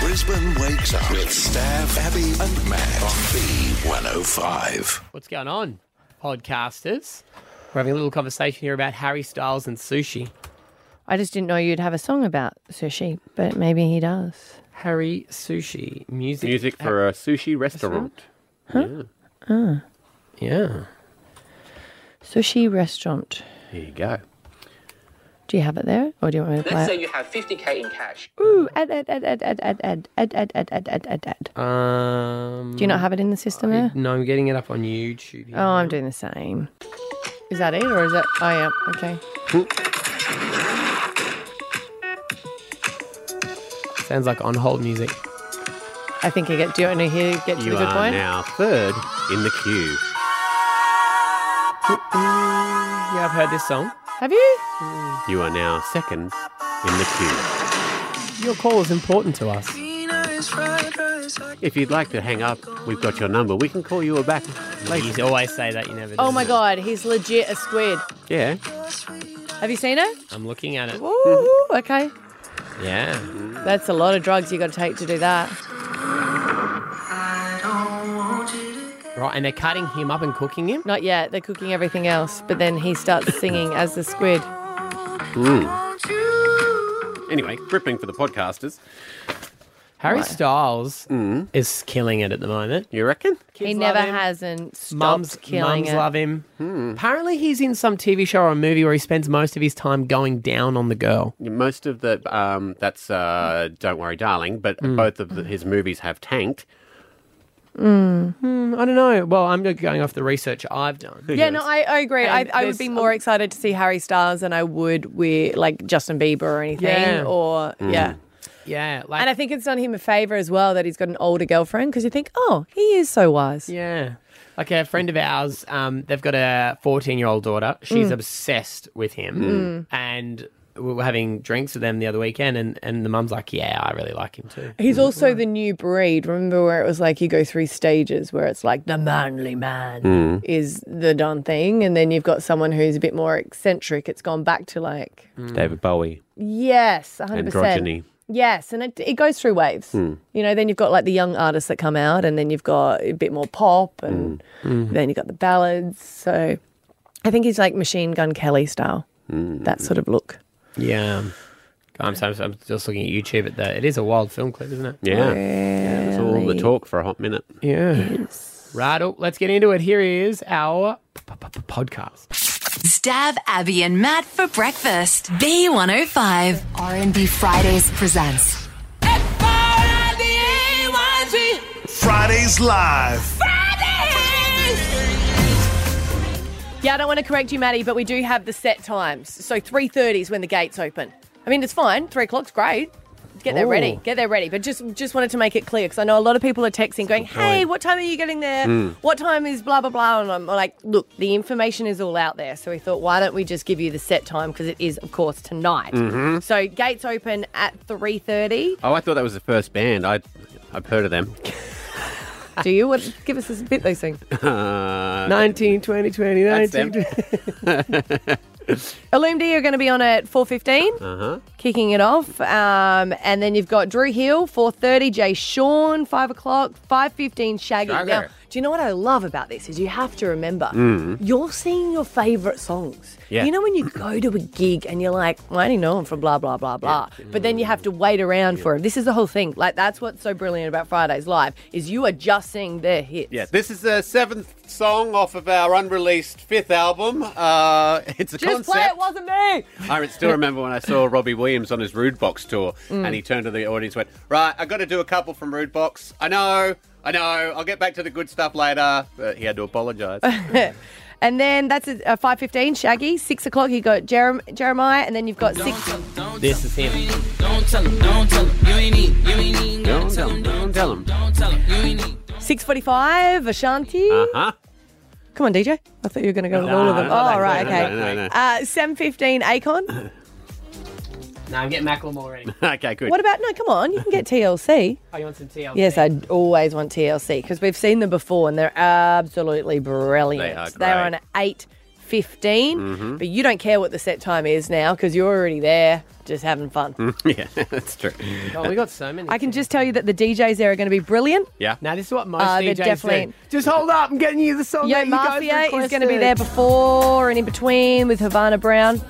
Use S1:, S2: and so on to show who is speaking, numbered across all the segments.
S1: Brisbane wakes up with Stav, Abby, and Matt on B105.
S2: What's going on, podcasters? We're having a little conversation here about Harry Styles and sushi.
S3: I just didn't know you'd have a song about sushi, but maybe he does.
S2: Harry Sushi music.
S4: Music for a sushi restaurant.
S2: Yeah.
S3: Sushi restaurant.
S4: There you go.
S3: Do you have it there, or do you want me to play
S5: Let's
S3: it?
S5: say you have 50k in cash.
S3: Ooh, ad, ad, ad, ad, ad, ad, ad, ad, ad, ad, ad, ad, ad, ad.
S2: Um.
S3: Do you not have it in the system there?
S2: No, I'm getting it up on YouTube. Here.
S3: Oh, I'm doing the same. Is that it, or is that? Oh yeah, okay. Oh.
S2: Sounds like on hold music.
S3: I think you get. Do you want to hear? Get to
S4: You
S3: the good
S4: are
S3: point.
S4: now third in the queue.
S2: Yeah, I've heard this song.
S3: Have you?
S4: You are now second in the
S2: Your call is important to us.
S4: queue. If you'd like to hang up, we've got your number. We can call you back later.
S2: You always say that. You never.
S3: Oh
S2: do.
S3: my God, he's legit a squid.
S4: Yeah.
S3: Have you seen her?
S2: I'm looking at it.
S3: Ooh, okay.
S2: Yeah.
S3: That's a lot of drugs you got to take to do that.
S2: Right, and they're cutting him up and cooking him.
S3: Not yet. They're cooking everything else, but then he starts singing as the squid.
S4: Anyway, gripping for the podcasters.
S2: Harry Styles is killing it at the moment.
S4: You reckon?
S3: he
S2: Kids
S3: never
S2: love him.
S3: hasn't stopped
S2: Mums,
S3: killing
S2: mums
S3: it.
S2: love him. Apparently, he's in some TV show or movie where he spends most of his time going down on the girl.
S4: Most of the um, that's uh, don't worry, darling. But both of the, his movies have tanked.
S2: I don't know. Well, I'm just going off the research I've done.
S3: Yeah, no, I, I agree. I,
S2: And
S3: I would
S2: there's-
S3: be more excited to see Harry Styles than I would with like Justin Bieber or anything.
S2: Yeah.
S3: Or
S2: Mm.
S3: yeah,
S2: Yeah, like
S3: and I think it's done him a favor as well that he's got an older girlfriend because you think, oh, he is so wise.
S2: yeah, like a friend of ours. Um, they've got a 14 year old daughter. She's
S3: Hmm.
S2: obsessed with him, and we were having drinks with them the other weekend, and and the mum's like, "Yeah, I really like him too."
S3: He's also the new breed. Remember where it was like you go through stages where it's like the manly man
S2: Mm.
S3: is the done thing, and then you've got someone who's a bit more eccentric. It's gone back to like
S2: Mm.
S4: David Bowie,
S3: Yes, 100%.
S4: androgyny.
S3: Yes, and it, it goes through waves. You know, then you've got like the young artists that come out, and then you've got a bit more pop, and then you've got the ballads. So I think he's like Machine Gun Kelly style, that sort of look.
S2: Yeah. I'm, so- I'm just looking at YouTube at that. It is a wild film clip, isn't it?
S4: Yeah. That's all the talk for a hot minute.
S2: Yeah. Right, oh, let's get into it. Here is our p- p- p- podcast.
S6: Stab Abby and Matt for breakfast. B105 R&B Fridays presents.
S1: Fridays Live.
S3: Yeah, I don't want to correct you, Maddie, but we do have the set times. So 3.30 is when the gates open. I mean, it's fine. 3 o'clock's great. Get there ready.
S2: Oh.
S3: Get there ready. But just just wanted to make it clear because I know a lot of people are texting going, hey, what time are you getting there? What time is blah, blah, blah? And I'm like, look, the information is all out there. So we thought, why don't we just give you the set time because it is, of course, tonight. So gates open at 3.30.
S4: Oh, I thought that was the first band. I I've heard of them.
S3: do you want give us a bit those things?
S2: 19, 20, 20,
S4: Uh, That's them.
S2: 19.
S3: Illumdi are going to be on at 4.15, kicking it off. Um, and then you've got Drew Hill, 4.30, Jay Sean, 5 o'clock, 5.15, Shaggy.
S4: Shaggy.
S3: Now, do you know what I love about this is you have to remember, you're seeing your favourite songs.
S4: Yeah.
S3: You know when you go to a gig and you're like, well, I only know them from blah, blah, blah, blah. But then you have to wait around for them. This is the whole thing. Like, that's what's so brilliant about Fridays Live is you are just seeing their hits.
S4: Yeah, this is the seventh song off of our unreleased fifth album. Uh, it's a
S3: Just play
S4: concept.
S3: It Wasn't Me.
S4: I still remember when I saw Robbie Williams on his Rude Box tour,
S3: Mm.
S4: and he turned to the audience, and went, "Right, I got to do a couple from Rude Box. I know, I know. I'll get back to the good stuff later." But he had to apologise.
S3: And then that's at uh, five fifteen. Shaggy, six o'clock. You got Jerem- Jeremiah, and then you've got six.
S2: This is him.
S7: Don't tell him, don't tell him, you ain't need, you ain't need,
S4: don't tell him. Don't tell him.
S7: don't tell him, you ain't need.
S3: Six forty-five. Ashanti.
S4: Uh huh.
S3: Come on, DJ. I thought you were going to go with all of them. oh, right, okay.
S4: No, no, no.
S3: Uh, Seven fifteen. Akon.
S2: No, I'm getting Macklemore ready.
S4: okay, good.
S3: Uh, What about? No, come on. You can get TLC.
S2: Oh, you want some TLC?
S3: Yes, I always want TLC because we've seen them before and they're absolutely brilliant.
S4: They are
S3: They're on
S4: great. Mm-hmm.
S3: at eight fifteen. 15, but you don't care what the set time is now because you're already there just having fun.
S4: yeah, that's true.
S2: Oh, we got so many.
S3: I can just tell you that the DJs there are going to be brilliant.
S4: Yeah.
S2: Now this is what most
S3: Uh, they're
S2: DJs
S3: definitely-
S2: do. Just hold up. I'm getting you the song
S3: Yo
S2: that you guys
S3: Mafia is going to be
S2: requested.
S3: there before and in between with Havana Brown.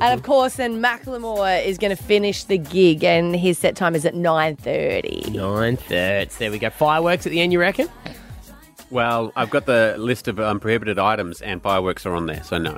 S3: And of course, then Macklemore is going to finish the gig, and his set time is at nine thirty.
S2: Nine thirds. There we go. Fireworks at the end. You reckon?
S4: Well, I've got the list of um, prohibited items, and fireworks are on there, so no.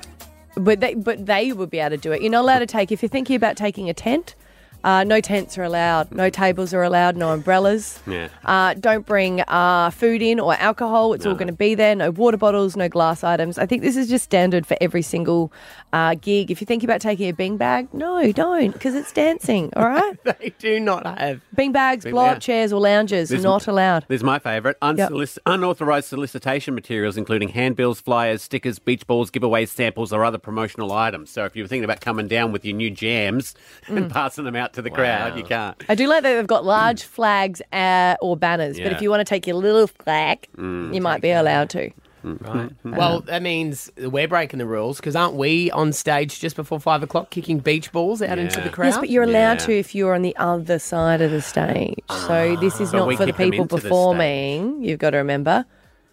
S3: But they, but they would be able to do it. You're not allowed to take if you're thinking about taking a tent. Uh, no tents are allowed. No tables are allowed. No umbrellas.
S4: Yeah.
S3: Uh, don't bring uh, food in or alcohol. It's all
S4: No.
S3: going to be there. No water bottles. No glass items. I think this is just standard for every single uh, gig. If you're thinking about taking a bean bag, no, don't, because it's dancing. All right.
S2: They do not have.
S3: bean bags, blow
S4: yeah.
S3: up chairs or lounges,
S4: There's-
S3: not allowed.
S4: There's my favourite. Unsolic- Unauthorised solicitation materials, including handbills, flyers, stickers, beach balls, giveaways, samples, or other promotional items. So if you were thinking about coming down with your new jams and passing them out to the crowd, you can't.
S3: I do like that they've got large flags uh, or banners, but
S4: Yeah. Mm.
S3: if you want to take your little flag, you might be allowed to.
S2: Right. Well, that means we're breaking the rules because aren't we on stage just before five o'clock kicking beach balls out into
S4: Yeah.
S2: the crowd?
S3: Yes, but you're allowed
S4: Yeah.
S3: to if you're on the other side of the stage. So this is
S4: But we
S3: not for the
S4: kick them
S3: people
S4: into the stage.
S3: performing. You've got to remember.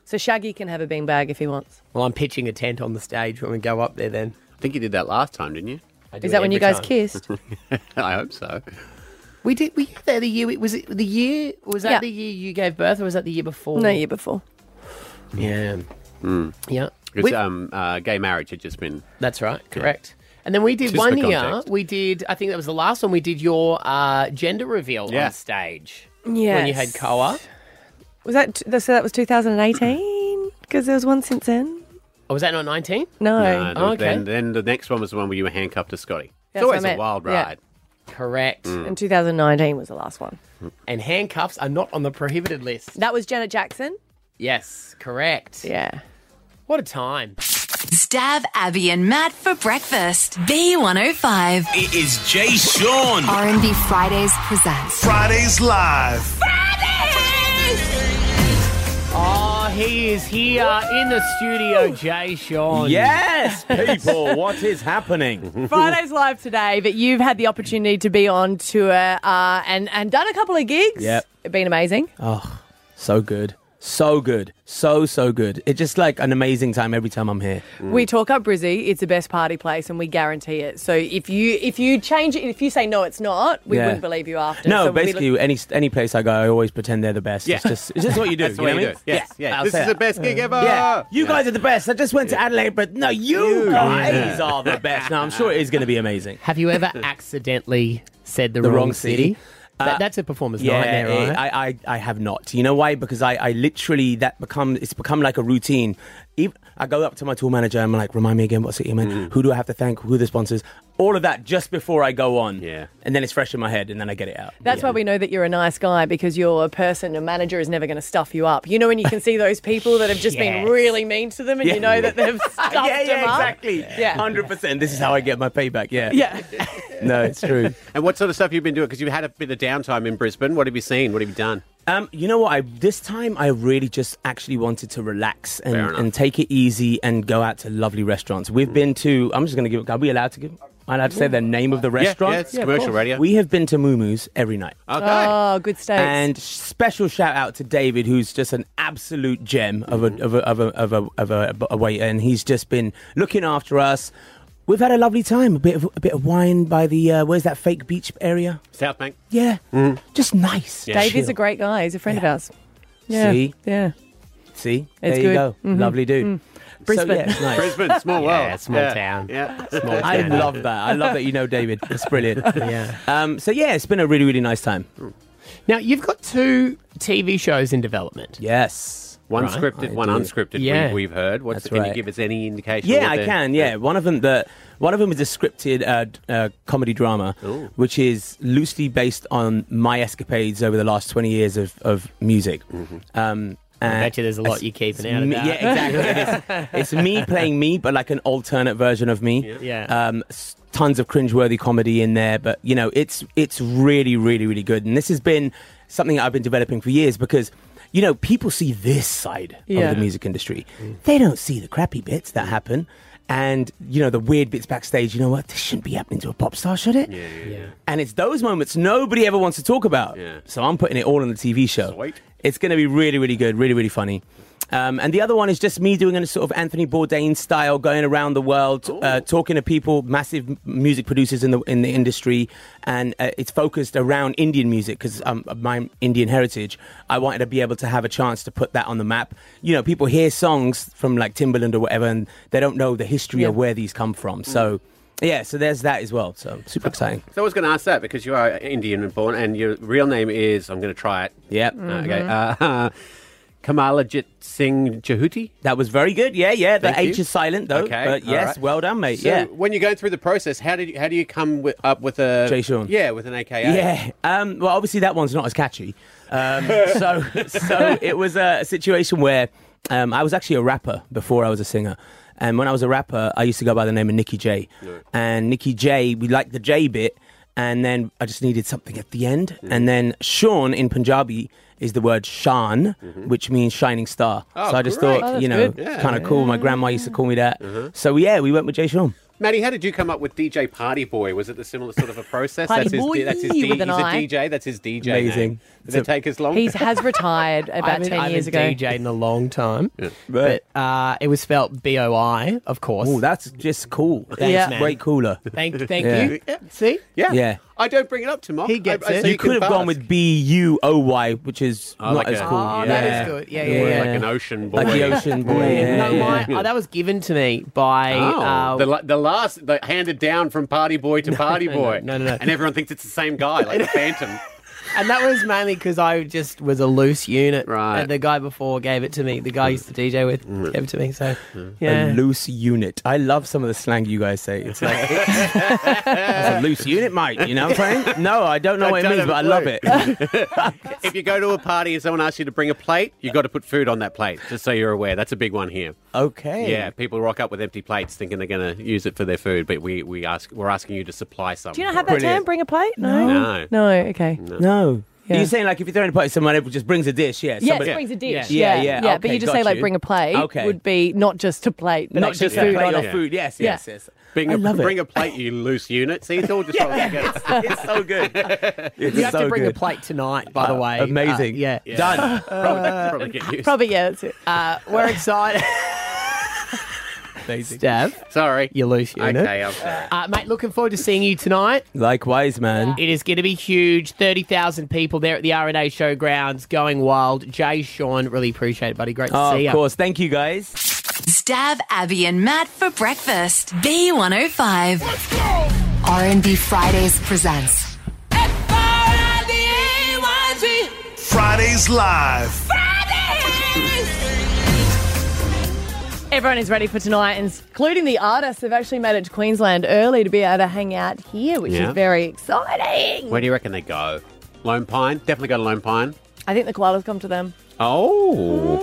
S3: So Shaggy can have a beanbag if he wants.
S2: Well, I'm pitching a tent on the stage when we go up there. Then
S4: I think you did that last time, didn't you?
S2: I do
S3: Is
S2: it
S3: that when you
S2: every
S3: guys
S2: time.
S3: kissed?
S4: I hope so.
S2: We did. Were you there the year? Was it the year? Was that
S3: Yeah.
S2: the year you gave birth, or was that the year before?
S3: no, year before.
S2: Yeah. Yeah. We-
S4: Because Hmm. um, uh, gay marriage had just been.
S2: That's right. Correct. And then we did
S4: Just
S2: one
S4: for
S2: year.
S4: context.
S2: We did. I think that was the last one. We did your uh, gender reveal
S4: Yeah.
S2: on stage. When you
S3: Yes.
S2: had Koa.
S3: Was that t- so? That was 2018 because there was one since then.
S2: Oh, was that not 19?
S3: No,
S4: No, no,
S2: Oh, okay.
S4: Then, then the next one was the one where you were handcuffed to Scotty.
S3: That's
S4: it's always
S3: what I
S4: a
S3: meant.
S4: wild
S3: Yeah.
S4: ride.
S2: Correct.
S4: Hmm.
S3: and 2019 was the last one.
S2: And handcuffs are not on the prohibited list.
S3: That was Janet Jackson.
S2: Yes, correct.
S3: Yeah.
S2: What a time.
S6: Stab Abby and Matt for breakfast. B105.
S5: It is Jay Sean.
S6: R&B Fridays presents.
S1: Fridays Live.
S2: Oh, he is here in the studio, Jay Sean.
S5: Yes, people, what is happening?
S3: Friday's live today, but you've had the opportunity to be on tour uh, and and done a couple of gigs.
S8: Yep.
S3: it's been amazing.
S8: So good. So good. So, so good. It's just like an amazing time every time I'm here.
S3: We talk up Brizzy; it's the best party place, and we guarantee it. So if you if you change it, if you say no, it's not, we
S8: Yeah.
S3: wouldn't believe you after.
S8: No,
S3: So we
S8: basically,
S3: look-
S8: any any place I go, I always pretend they're the best.
S4: Yeah.
S8: It's, just, it's just what you do.
S4: That's
S8: you
S4: what
S8: know
S4: you
S8: what I
S4: do.
S8: mean?
S4: Yes, yeah.
S8: I'll
S4: This
S8: say
S4: is the
S8: that.
S4: best gig ever.
S8: Yeah, you
S4: Yeah.
S8: guys are the best. I just went to Adelaide, but no, you guys are the best. Now, I'm sure it is going to be amazing.
S2: Have you ever accidentally said the,
S8: The
S2: wrong,
S8: wrong
S2: city?
S8: city?
S2: That- that's a performer's nightmare,
S8: it-
S2: right?
S8: I, I, I have not. You know why? Because I, I literally that become it's become like a routine. Even, I go up to my tour manager and I'm like, remind me again what city I'm in. Who do I have to thank? Who are the sponsors? All of that just before I go on.
S4: Yeah.
S8: and then it's fresh in my head, and then I get it out.
S3: that's why we know that you're a nice guy because your person, a manager, is never going to stuff you up. You know when you can see those people that have just
S2: Yes.
S3: been really mean to them, and you
S8: Yeah.
S3: know that they've stuffed
S8: yeah, yeah,
S3: them up.
S8: exactly.
S3: Yeah.
S8: hundred percent. This is how I get my payback. Yeah,
S3: Yeah.
S8: No, it's true.
S4: And what sort of stuff have you been doing? Because you've had a bit of downtime in Brisbane. What have you seen? What have you done?
S8: Um, you know what? I this time I really just actually wanted to relax and,
S4: Fair enough.
S8: and take it easy and go out to lovely restaurants. We've been to. I'm just going to give. Are we allowed to give? Am I allowed to say the name of the restaurant?
S4: Yeah, Uh, yeah, it's commercial radio.
S8: We have been to Mumu's every night.
S4: okay.
S3: Oh, good stage.
S8: And special shout out to David, who's just an absolute gem of
S4: Mm-hmm.
S8: a of a of a of a, of a, of a waiter, and he's just been looking after us. We've had a lovely time. A bit of a bit of wine by the uh, where's that fake beach area?
S4: South Bank.
S8: Yeah,
S4: Mm-hmm.
S8: just nice.
S3: Dave is
S8: Chill.
S3: a great guy. He's a friend of ours.
S8: Yeah. See?
S3: Yeah.
S8: See,
S3: It's
S8: there
S3: good. Mm-hmm. Mm.
S8: you go. Lovely dude.
S3: Brisbane.
S8: So, yeah, it's nice.
S4: Brisbane, small world.
S2: Yeah, small town.
S4: Yeah.
S8: I love that. I love that you know David. It's brilliant.
S2: Yeah.
S8: Um, so yeah, it's been a really really nice time.
S4: Mm.
S2: Now, you've got two TV shows in development.
S8: Yes.
S4: One
S2: Right.
S4: scripted,
S8: I
S4: one
S8: do.
S4: unscripted.
S2: Yeah.
S4: We, we've heard. What's
S8: That's
S4: can you
S8: right.
S4: give us any indication?
S8: Yeah,
S4: what
S8: I
S4: they're-
S8: can. Yeah, one of them the one of them is a scripted uh, d- uh, comedy drama, which is
S4: Mm-hmm.
S8: loosely based on my escapades over the last twenty years of of music. Um,
S2: I bet you there's a
S8: it's-
S2: lot you're keeping
S8: it's
S2: out of
S8: me-
S2: that.
S8: Yeah, exactly. it is. It's me playing me, but like an alternate version of me.
S2: Yeah.
S8: Um, s- tons of cringeworthy comedy in there, but you know, it's it's really, really, really good. And this has been something I've been developing for years because. You know, people see this side
S3: Yeah.
S8: of the music industry. They don't see the crappy bits that happen, and you know the weird bits backstage. You know what? This shouldn't be happening to a pop star, should it?
S2: yeah.
S8: And it's those moments nobody ever wants to talk about.
S4: Yeah.
S8: So I'm putting it all on the TV show.
S4: Sweet.
S8: It's going to be really, really good, really, really funny. Um, and the other one is just me doing a sort of Anthony Bourdain style, going around the world, uh, talking to people, massive m- music producers in the in the industry, and uh, it's focused around Indian music because um, of my Indian heritage. I wanted to be able to have a chance to put that on the map. You know, people hear songs from like Timbaland or whatever, and they don't know the history of
S3: Yeah.
S8: where these come
S4: Mm.
S8: from. So, yeah, so there's that as well. So super exciting.
S4: So I was going to ask that because you are Indian and born, and your real name is I'm going to try it.
S8: Yep. Mm-hmm.
S4: Uh, okay. Uh, Kamalajit Singh Jahuti.
S8: That was very good. Yeah, yeah. The
S4: Thank
S8: H
S4: you.
S8: is silent though.
S4: Okay,
S8: But
S4: all
S8: yes,
S4: right.
S8: well done, mate.
S4: So
S8: Uh, yeah.
S4: when you go through the process, how did you, how do you come with, up with a
S8: Jay Sean.
S4: Yeah, with an AKA.
S8: Yeah. Um, well, obviously that one's not as catchy. Um, so, so it was a situation where um, I was actually a rapper before I was a singer, and when I was a rapper, I used to go by the name of Nicky J. And Nicky J, we liked the J bit, and then I just needed something at the end, and then Sean in Punjabi is the word Shan, which means shining star.
S4: Mm-hmm. Oh,
S8: so I just
S4: great.
S8: thought,
S3: Oh,
S8: you know,
S3: that's
S4: good. Yeah. Uh-huh.
S8: kind of cool. My grandma used to call me that. So yeah, we went with Jay Sean.
S4: Maddie, how did you come up with DJ Party Boy? Was it the similar sort of a process?
S3: Party
S4: that's, his,
S3: Boy
S4: that's his D-
S3: with an
S4: he's
S3: I.
S4: a DJ. That's his DJ.
S8: Amazing.
S4: Name. Did it take as long?
S3: He has retired
S2: I
S3: about
S2: haven't,
S3: 10
S2: I
S3: years ago.
S2: haven't DJ'd in a long time. But uh, it was spelt B O I, of course.
S8: Oh, that's just cool. That's
S3: Yeah.
S8: way cooler.
S2: thank thank
S8: Yeah.
S2: you. Yeah, See?
S4: yeah.
S8: Yeah.
S4: I don't bring it up to Mark.
S2: He gets
S4: I, I,
S2: it.
S4: so
S8: you,
S4: can
S8: could have gone
S4: pass.
S8: with B U O Y, which is
S4: Oh,
S8: not
S4: like
S8: as
S4: a-
S8: cool.
S2: Oh, that is good. Yeah, yeah,
S4: Or
S2: yeah.
S4: Like an ocean boy.
S8: Like the ocean boy. yeah,
S2: no,
S8: yeah.
S2: my, oh, that was given to me by.
S4: Oh,
S2: uh,
S4: the, la- the last, the handed down from party boy to party boy.
S2: no, no, no.
S4: And everyone thinks it's the same guy, like the Phantom.
S2: and that was mainly because I just was a loose unit.
S4: Right.
S2: And the guy before gave it to me. The guy I used to DJ with gave it to me. So,
S8: A
S2: yeah.
S8: loose unit. I love some of the slang you guys say. It's like That's a loose unit, mate. You know what I'm saying? No, I don't know
S4: I
S8: what it
S4: don't
S8: means,
S4: have
S8: but I
S4: a
S8: love
S4: clue.
S8: it.
S4: If you go to a party and someone asks you to bring a plate, you've got to put food on that plate, just so you're aware. That's a big one here.
S8: Okay.
S4: Yeah, people rock up with empty plates thinking they're going to use it for their food, but we, we ask, we're asking you to supply something.
S3: Do you not have that term? Bring a plate? No.
S4: No.
S3: No, okay.
S8: No.
S3: Yeah.
S8: You're saying like if you're throwing a party, someone just brings a dish. Yeah.
S3: Yeah,
S8: somebody-
S3: it brings a dish.
S8: Yeah,
S3: Yeah,
S8: yeah,
S3: but
S8: okay,
S3: you just
S8: got
S3: say like
S8: you.
S3: bring a plate
S8: Okay.
S3: would be not just a plate, but
S8: Not
S3: actually
S8: just
S4: Yeah.
S8: a
S3: food
S8: plate
S3: on
S8: of
S3: it.
S8: food. Yes,
S3: Yeah.
S8: yes, yes.
S4: Bring a
S8: I love it.
S4: bring a plate, you loose unit. See, it's all just all together.
S8: It's so good. It's
S2: You have
S8: so
S2: to bring
S8: good.
S2: a plate tonight, by the way.
S8: Amazing.
S2: Uh, yeah.
S8: Done.
S4: Probably,
S3: Uh,
S4: probably get used.
S3: Probably, Oh, yeah, that's it.
S2: Uh, we're excited.
S8: Amazing.
S2: Dev,
S4: Sorry.
S2: you loose unit.
S4: Okay, I'm sorry.
S2: Uh, mate, looking forward to seeing you tonight.
S8: Likewise, man.
S2: It is going to be huge. 30,000 people there at the RNA showgrounds going wild. Jay, Sean, really appreciate it, buddy. Great to
S8: Oh,
S2: see you.
S8: of course. Thank you, guys.
S6: Stab Abby and Matt for breakfast. B105. R&B Fridays presents.
S1: Fridays Live.
S3: Everyone is ready for tonight, including the artists. They've actually made it to Queensland early to be able to hang out here, which
S4: Yeah.
S3: is very exciting.
S4: Where do you reckon they go? Lone Pine? Definitely go to Lone Pine.
S3: I think the koalas come to them.
S4: Oh.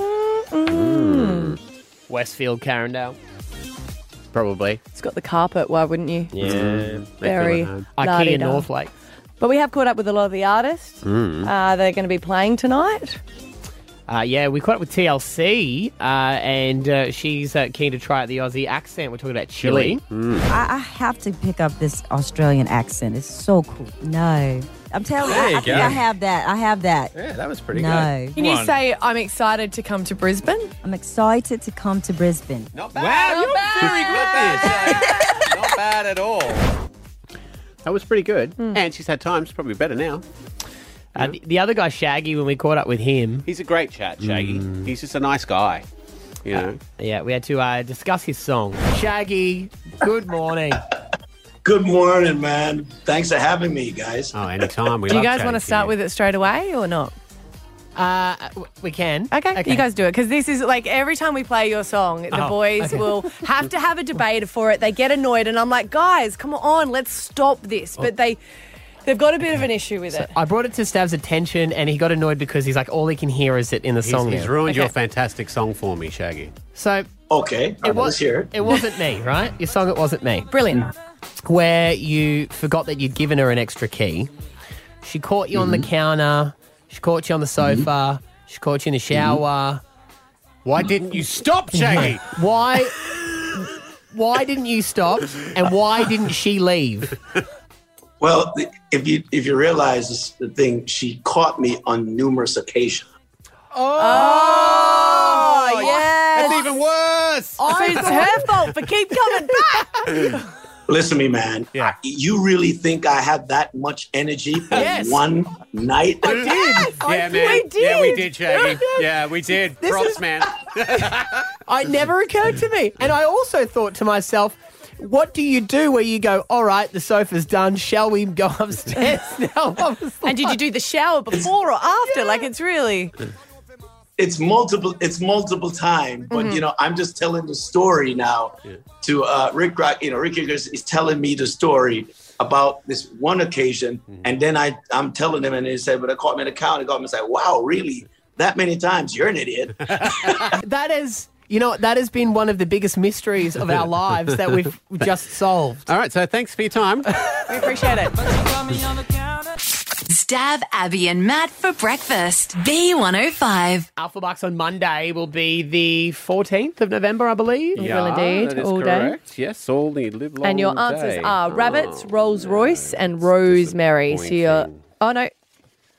S2: Westfield, Carindale.
S4: Probably.
S3: It's got the carpet. Why wouldn't you?
S4: Yeah.
S3: Very
S2: Ikea,
S3: la-di-da.
S2: Uh, Northlake.
S3: But we have caught up with a lot of the artists.
S8: Hmm.
S3: Uh, they're going to be playing tonight.
S2: Uh, yeah, we caught up with TLC, uh, and uh, she's uh, keen to try out the Aussie accent. We're talking about Chile. Uh,
S9: I, I have to pick up this Australian accent. It's so cool. No. I'm telling you, I, I think I have that. I have that.
S4: Yeah, that was pretty
S9: No.
S3: Can you say, I'm excited to come to Brisbane?
S9: I'm excited to come to Brisbane.
S4: Not bad. Wow, you're very good at Not bad at all. That was pretty good.
S3: Hmm.
S4: And she's had times, probably better now.
S2: Uh,
S4: Mm-hmm.
S2: the, the other guy, Shaggy, when we caught up with him,
S4: He's a great chat, Shaggy. He's just a nice guy. You know.
S2: yeah, we had to uh, discuss his song. Shaggy, good morning.
S10: Good morning, man. Thanks for having me, guys.
S4: Oh, anytime. We
S3: Do you guys want to start with it straight away or not?
S2: uh, w- we can.
S3: Okay, you guys do it because this is like every time we play your song, the
S2: Oh,
S3: boys
S2: okay.
S3: will have to have a debate for it. They get annoyed, and I'm like, guys, come on, let's stop this. But they. They've got a bit of an issue with it.
S2: I brought it to Stav's attention, and he got annoyed because he's like, all he can hear is it in the
S4: He's,
S2: song.
S4: he's
S2: now.
S4: ruined
S2: Okay.
S4: your fantastic song for me, Shaggy.
S2: So
S10: okay,
S2: it was here. It wasn't me, right? Your song, it wasn't me.
S3: Brilliant.
S2: Where you forgot that you'd given her an extra key. She caught you on the
S4: Mm-hmm.
S2: counter. She caught you on the sofa. She caught you in the shower.
S4: Why didn't you stop, Shaggy?
S2: why? Why didn't you stop? And why didn't she leave?
S10: Well, th- if you if you realize this, the thing, she caught me on numerous occasions.
S3: Oh, yes.
S4: That's even worse.
S3: Oh, it's her fault for keep coming back.
S10: Listen to me, man. Yeah. You really think I had that much energy for
S2: Yes.
S10: one night?
S3: Yes,
S4: Yeah,
S3: I-
S4: man.
S3: We
S4: Yeah, we
S3: did.
S4: did, Shaggy. Yeah, we did. Props, man.
S2: I never occurred to me. And I also thought to myself, what do you do where you go, all right, the sofa's done. Shall we go upstairs now? I was
S3: And did you do the shower before or after? Like, it's really.
S10: It's multiple. It's multiple time. But
S11: Mm-hmm.
S10: you know, I'm just telling the story now to uh, Rick Rock. You know, Rick Rock is, is telling me the story about this one occasion, and then I I'm telling him, and he said, "But I caught me in the count." And got me like, "Wow, really?" That many times, you're an idiot.
S2: that is you know that has been one of the biggest mysteries of our lives that we've just solved
S4: All right, so thanks for your time.
S3: We appreciate it.
S6: Stab Abby and Matt for breakfast. B105.
S2: alpha bucks on monday will be the 14th of november i believe
S3: will indeed,
S4: that is
S3: all day.
S4: correct. Yes, all the live long
S3: And your answers
S4: day.
S3: are rabbits,
S4: Oh,
S3: Rolls
S4: no.
S3: Royce, and rosemary. So you're.
S4: disappointing.
S3: Oh, no.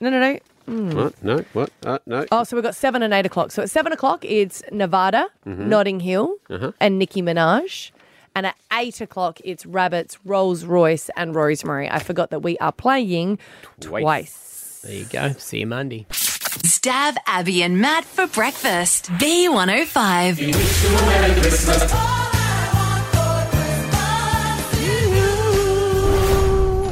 S3: No, no, no.
S4: What? No, what? Uh, no.
S3: Oh, so we've got seven and eight o'clock. So at seven o'clock, it's Nevada, Notting Hill, and Nicki Minaj. And at eight o'clock, it's Rabbits, Rolls Royce, and Rosemary. I forgot that we are playing twice.
S2: there you go see you monday
S6: Stab Abby and Matt for breakfast. B105.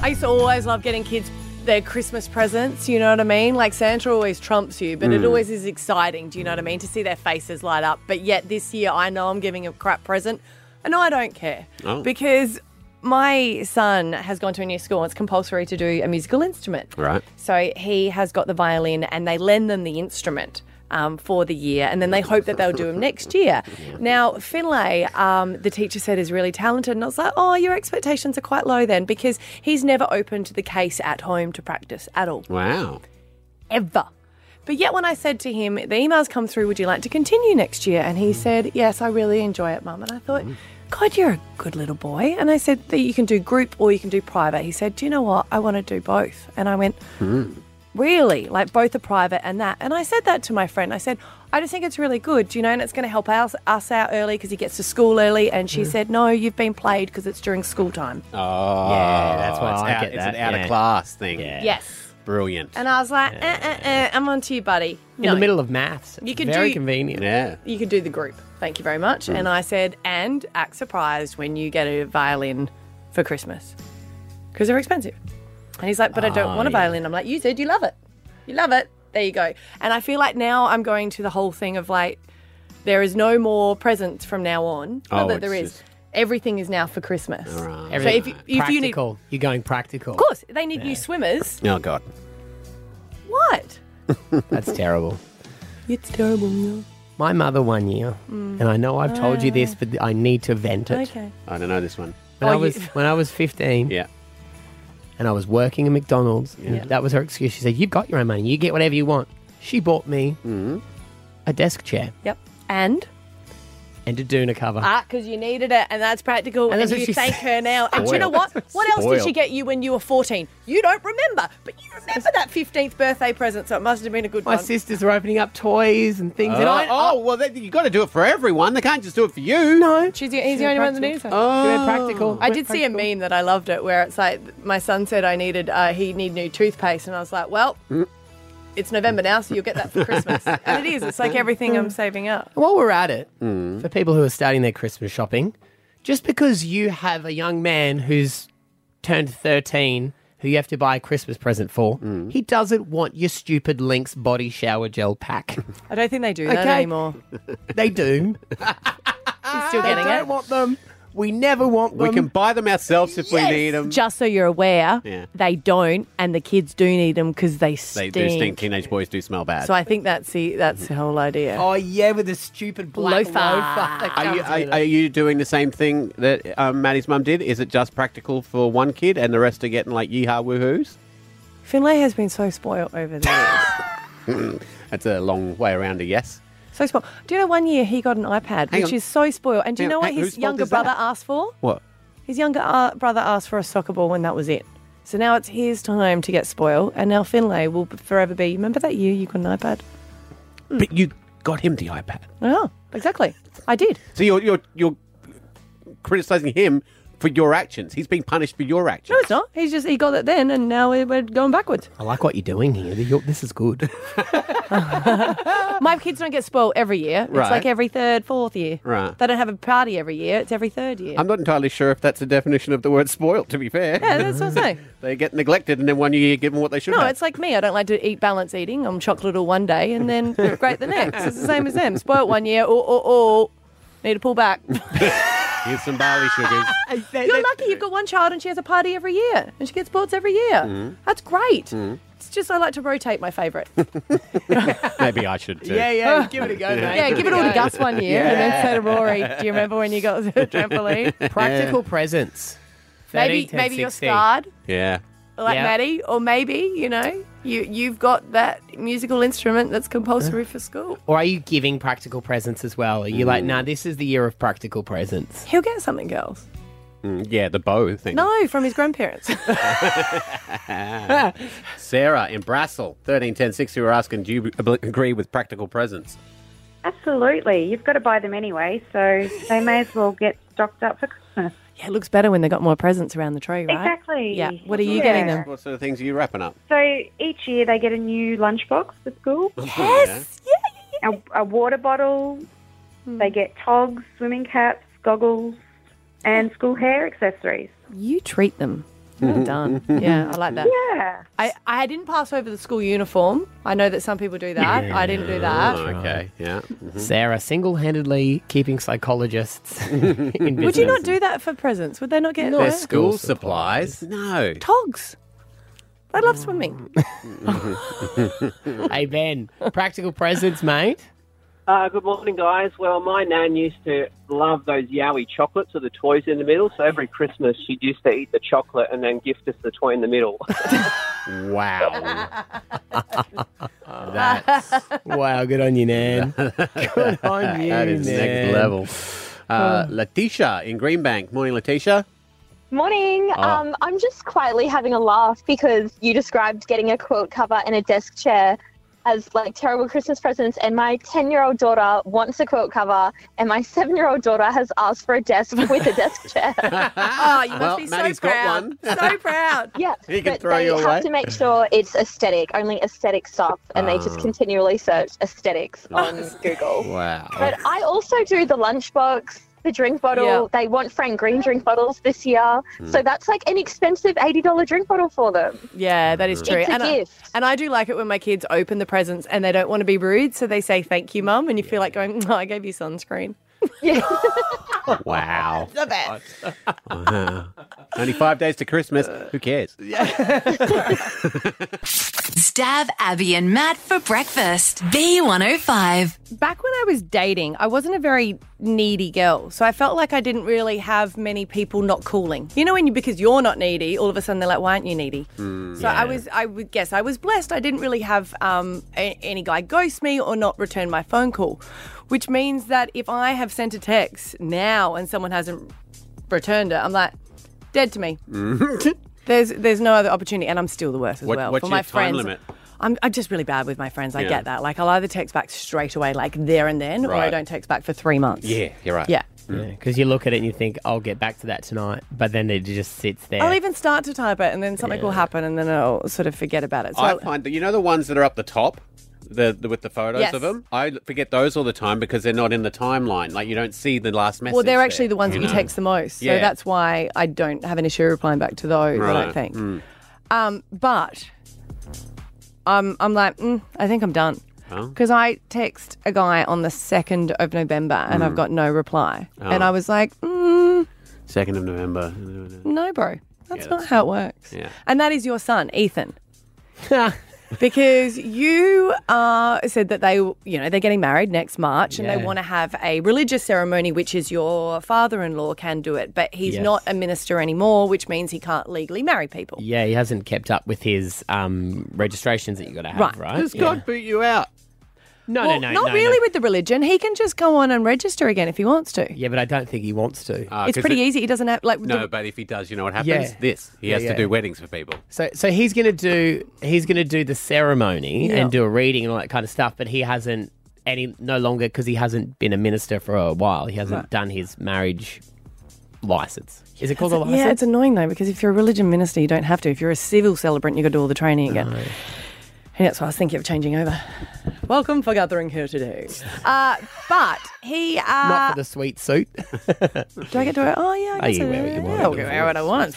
S3: I used to always love getting kids their Christmas presents, you know what I mean? Like Santa always trumps you, but it always is exciting, do you know what I mean? To see their faces light up. But yet this year, I know I'm giving a crap present and I don't care
S4: Oh.
S3: because my son has gone to a new school and it's compulsory to do a musical instrument.
S4: Right.
S3: So he has got the violin, and they lend them the instrument um, for the year, and then they hope that they'll do them next year. Now, Finlay, um, the teacher said, is really talented, and I was like, oh, your expectations are quite low then, because he's never opened the case at home to practice at all,
S4: Wow.
S3: ever. But yet, when I said to him, the emails come through, would you like to continue next year? And he said, yes, I really enjoy it, mum. And I thought, God, you're a good little boy. And I said, that you can do group or you can do private. He said, do you know what? I want to do both. And I went,
S2: Hmm.
S3: really like both the private and that and i said that to my friend i said i just think it's really good you know and it's going to help us, us out early because he gets to school early and
S2: Hmm.
S3: she said no you've been played because it's during school time
S4: Oh,
S2: Yeah, that's why
S4: it's
S2: I
S4: out,
S2: get
S4: It's
S2: that,
S4: an out
S2: yeah.
S4: of class thing.
S2: Yeah.
S3: yes
S4: Brilliant.
S3: and i was like eh, eh, eh, i'm on to you buddy
S2: in the middle of maths
S3: You could
S2: very
S3: do-
S2: convenient
S4: yeah.
S3: you can do the group thank you very much and i said and act surprised when you get a violin for christmas because they're expensive and he's like but i don't want a
S4: Ah,
S3: violin i'm like you said you love it you love it there you go and i feel like now i'm going to the whole thing of like There is no more presents from now on. Not
S4: Oh,
S3: that there
S4: it's
S3: is.
S4: just-
S3: Everything is now for Christmas.
S4: Right.
S3: So if you, if you need, of
S2: practical you're going practical of
S3: course, they need new swimmers.
S4: Oh, God.
S3: What?
S2: that's terrible
S3: It's terrible.
S2: my mother one year and i know i've told you this but i need to vent it
S3: Mm. Ah. Okay.
S4: I don't know this one.
S2: when
S3: Oh,
S2: i
S3: you-
S2: was when i was 15
S4: Yeah.
S2: and I was working at McDonald's.
S3: Yeah.
S2: That was her excuse. She said, You've got your own money. You get whatever you want. She bought me
S4: Mm-hmm.
S2: a desk chair
S3: Yep. And
S2: and a Duna cover.
S3: ah, because you needed it, and that's practical.
S2: And
S3: And,
S2: that's what
S3: you
S2: she
S3: thank
S2: said.
S3: her now. And do you know what? What else did she
S4: Spoiled.
S3: get you when you were fourteen? You don't remember, but you remember that fifteenth birthday present. So it must have been a good
S2: My
S3: one.
S2: sisters were opening up toys and things.
S4: Oh,
S2: and I,
S4: oh, well, they, you got to do it for everyone. They can't just do it for you. Uh,
S2: no.
S3: She's the, he's the only one that needs her.
S2: We're practical.
S3: I did see a meme that I loved it where it's like my son said I needed uh, he need new toothpaste and I was like, well,
S4: Mm.
S3: it's November now, so you'll get that for Christmas. and it is. It's like everything I'm saving up.
S2: While we're at it,
S4: Mm-hmm.
S2: for people who are starting their Christmas shopping, just because you have a young man who's turned 13 who you have to buy a Christmas present for,
S4: Mm-hmm.
S2: he doesn't want your stupid Lynx body shower gel pack.
S3: I don't think they do that
S2: Okay.
S3: anymore.
S2: they do.
S3: He's still getting
S2: I
S3: it.
S2: don't want them. We never want
S4: We
S3: Um,
S4: can buy them ourselves if we need them.
S3: Just so you're aware,
S4: Yeah.
S3: they don't, and the kids do need them because they
S4: They
S3: stink.
S4: do stink. Teenage boys do smell bad.
S3: So I think that's the that's the whole idea.
S2: Oh yeah, with the stupid black
S3: loafer.
S2: loafer that
S4: Are you,
S2: comes with
S4: are, are you doing the same thing that um, Maddie's mum did? Is it just practical for one kid and the rest are getting like yeehaw woohoos?
S3: Finlay has been so spoiled over the years.
S4: That's a long way around a yes.
S3: So spoiled. Do you know one year he got an iPad,
S4: Hang
S3: which
S4: on.
S3: is so spoiled. And do you
S4: Hang
S3: know
S4: on,
S3: what
S4: hang- whose
S3: his
S4: fault
S3: younger
S4: is that?
S3: brother asked for?
S4: What?
S3: His younger uh, brother asked for a soccer ball, and that was it. So now it's his time to get spoiled, and now Finlay will forever be. Remember that year you got an iPad?
S4: But you got him the iPad.
S3: Oh, exactly. I did.
S4: So you're you're you're criticizing him for your actions. He's being punished for your actions.
S3: No, it's not. He's just he got it then, and now we're, we're going backwards.
S2: I like what you're doing here. You're- this is good.
S3: My kids don't get spoiled every year.
S4: Right.
S3: It's like every third, fourth year.
S4: Right.
S3: They don't have a party every year. It's every third year.
S4: I'm not entirely sure if that's the definition of the word spoiled. To be fair,
S3: yeah, that's what I'm saying.
S4: they get neglected and then one year you give them what they should
S3: No,
S4: have.
S3: it's like me. I don't like to eat balance eating. I'm chocolate all one day and then great the next. It's the same as them. Spoilt one year. Oh, oh, oh. Need to pull back.
S4: Here's some barley sugars.
S3: You're lucky you've got one child and she has a party every year and she gets sports every year. That's great. It's just I like to rotate my favourite.
S4: Maybe I should too.
S2: yeah, yeah. Give it a go, mate.
S3: yeah, give it all to
S2: Yeah.
S3: Gus one year and then say to Rory, do you remember when you got the trampoline?
S2: Practical presence.
S3: maybe
S2: 13, 10,
S3: maybe you're
S2: 16.
S3: scarred
S4: Yeah.
S3: like
S2: Yeah.
S3: Maddie, or maybe, you know, you, you've got that musical instrument that's
S2: Uh.
S3: compulsory for school.
S2: Or are you giving practical presents as well? Are you like, nah, this is the year of practical presents?
S3: He'll get something else.
S4: Mm, yeah, the bow thing.
S3: No, from his grandparents.
S4: Sarah in Brassel, 131060, we were asking, do you ab- agree with practical presents?
S11: Absolutely. You've got to buy them anyway, so they may as well get stocked up for Christmas.
S3: Yeah, it looks better when they got more presents around the tree, right?
S11: Exactly.
S3: Yeah. What are you getting them?
S4: What sort of things are you wrapping up?
S11: So each year they get a new lunchbox for school,
S4: Yes!
S11: a, a water bottle, they get togs, swimming caps, goggles, and school hair accessories.
S3: You treat them.
S12: Mm-hmm.
S3: Well done. yeah, I like that.
S11: Yeah.
S3: I, I didn't pass over the school uniform. I know that some people do that. I didn't do that.
S4: Oh, okay, yeah. Mhm.
S2: Sarah single handedly keeping psychologists in business.
S3: Would you not do that for presents? Would they not get
S4: Their
S3: no.
S4: school supplies? No.
S3: togs? They love swimming.
S12: Ah.
S2: Hey, Ben, practical presents, mate.
S13: Uh, good morning, guys. Well, my nan used to love those Yowie chocolates with the toys in the middle. So every Christmas, she'd used to eat the chocolate and then gift us the toy in the middle.
S4: Wow. That's,
S2: Wow, good on you, Nan. good on you,
S4: that is
S2: Nan.
S4: next level. Uh, Letitia in Greenbank. Morning, Letitia.
S12: Morning.
S4: Ah.
S12: Um, I'm just quietly having a laugh because you described getting a quilt cover and a desk chair as like terrible Christmas presents, and my 10 year old daughter wants a quilt cover, and my seven year old daughter has asked for a desk with a desk chair.
S3: Oh, you must
S12: Well,
S3: be so
S12: Maddie's got
S3: proud.
S12: one.
S3: so proud.
S12: Yeah.
S4: He
S12: but they have to make sure it's aesthetic, only aesthetic stuff, and they just
S4: Ah.
S12: continually search aesthetics on Google.
S4: Wow.
S12: But I also do the lunchbox, the drink bottle.
S4: Yeah.
S12: They want Frank Green drink bottles this year.
S4: Hmm.
S12: So that's like an expensive $80 drink bottle for them.
S3: Yeah, that is
S12: It's
S3: true.
S12: a
S3: and, I, and I do like it when my kids open the presents and they don't want to be rude, so they say thank you, mum, and you feel like going, oh, I gave you sunscreen.
S4: Wow.
S3: The best.
S4: Uh-huh. Only five days to Christmas. Who cares?
S3: Uh,
S6: Stab Abby and Matt for breakfast. B105.
S3: Back when I was dating, I wasn't a very needy girl, so I felt like I didn't really have many people not calling. You know, when you because you're not needy, all of a sudden they're like, "Why aren't you needy?"
S4: Hmm.
S3: So I was, I would guess, I was blessed. I didn't really have um, a- any guy ghost me or not return my phone call, which means that if I have sent a text now and someone hasn't returned it, I'm like dead to me. There's there's no other opportunity, and I'm still the worst as
S4: Hmm. What-
S3: well.
S4: what's
S3: For my
S4: your time
S3: friends,
S4: limit?
S3: I'm, I'm just really bad with my friends. I
S4: Yeah.
S3: get that. Like I'll either text back straight away, like there and then, or I
S2: Right.
S3: don't text back for three months.
S2: Yeah,
S4: you're right.
S3: Yeah.
S2: Because you look at it and you think, I'll get back to that tonight. But then it just sits there.
S3: I'll even start to type it, and then something will happen, and then I'll sort of forget about it. So
S4: I
S3: I'll-
S4: find that you know the ones that are up the top, the, the with the photos
S3: Yes.
S4: of them. I forget those all the time because they're not in the timeline. Like you don't see the last message.
S3: well, they're
S4: there,
S3: actually the ones that you
S4: know?
S3: text the most, so
S4: Yeah.
S3: that's why I don't have an issue replying back to those. I
S4: Right.
S3: don't think.
S4: Mm.
S3: Um, but I'm I'm like, mm, I think I'm done
S4: Oh.
S3: because I text a guy on the second of November, and I've
S4: Mm.
S3: got no reply, and
S4: Oh.
S3: I was like, mm,
S4: Second of November.
S3: No, bro. That's not
S4: Yeah, that's-
S3: how it works.
S4: Yeah.
S3: And that is your son, Ethan. because you uh, said that they, you know, they're getting married next March and they
S14: Yeah.
S3: want to have a religious ceremony, which is your father-in-law can do it, but he's
S2: Yes.
S3: not a minister anymore, which means he can't legally marry people.
S2: Yeah, he hasn't kept up with his um, registrations that you got to have,
S3: Right.
S2: right?
S3: Has
S2: Yeah.
S3: God
S4: boot you out?
S2: No,
S3: Well,
S2: no, no,
S3: Not
S2: no,
S3: really
S2: no.
S3: with the religion. He can just go on and register again if he wants to.
S2: Yeah, but I don't think he wants to.
S3: it's pretty easy. He doesn't have like
S4: Uh, No,
S3: the,
S4: but if he does, you know what happens?
S2: Yeah.
S4: This. He
S2: Yeah,
S4: has
S2: yeah.
S4: to do weddings for people.
S2: So, so he's gonna do he's gonna do the ceremony
S4: Yeah.
S2: and do a reading and all that kind of stuff, but he hasn't any no longer because he hasn't been a minister for a while. He hasn't
S3: Right.
S2: done his marriage license. Is it called a license?
S3: yeah, it's annoying though because if you're a religion minister, you don't have to. If you're a civil celebrant, you got to do all the training again. And that's why I was thinking of changing over. Welcome for gathering here today. Uh, but he. Uh,
S2: Not for the sweet suit.
S3: do I get to it? Oh yeah,
S2: Oh,
S3: I guess
S2: you
S3: I
S2: wear what you
S3: yeah,
S2: want.
S3: I'll wear what I want.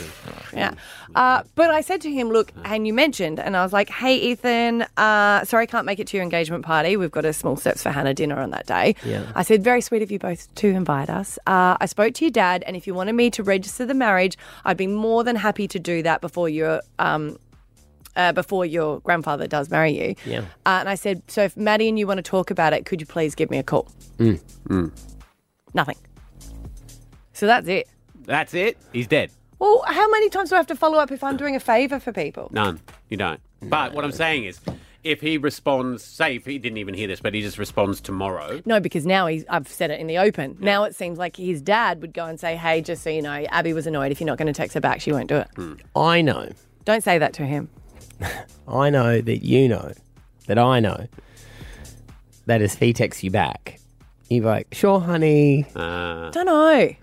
S3: Yeah, uh, but I said to him, "Look," and you mentioned, and I was like, "Hey, Ethan, uh, sorry, can't make it to your engagement party. We've got a small steps for Hannah dinner on that day."
S14: Yeah.
S3: I said, "Very sweet of you both to invite us." Uh, I spoke to your dad, and if you wanted me to register the marriage, I'd be more than happy to do that before your um, uh, before your grandfather does marry you.
S2: Yeah.
S3: Uh, and I said, "So if Maddie and you want to talk about it, could you please give me a call?"
S4: Mm. Mm.
S3: Nothing. So that's it.
S4: That's it. He's dead.
S3: Well, how many times do I have to follow up if I'm doing a favour for people?
S4: None. You don't. But what I'm saying is, if he responds, say if he didn't even hear this, but he just responds tomorrow.
S3: No, because now he's, I've said it in the open. Now it seems like his dad would go and say, hey, just so you know, Abby was annoyed. If you're not going to text her back, she won't do it.
S2: I know.
S3: Don't say that to him.
S2: I know that you know that I know that if he texts you back, you're like, sure, honey.
S4: Uh,
S3: Don't know.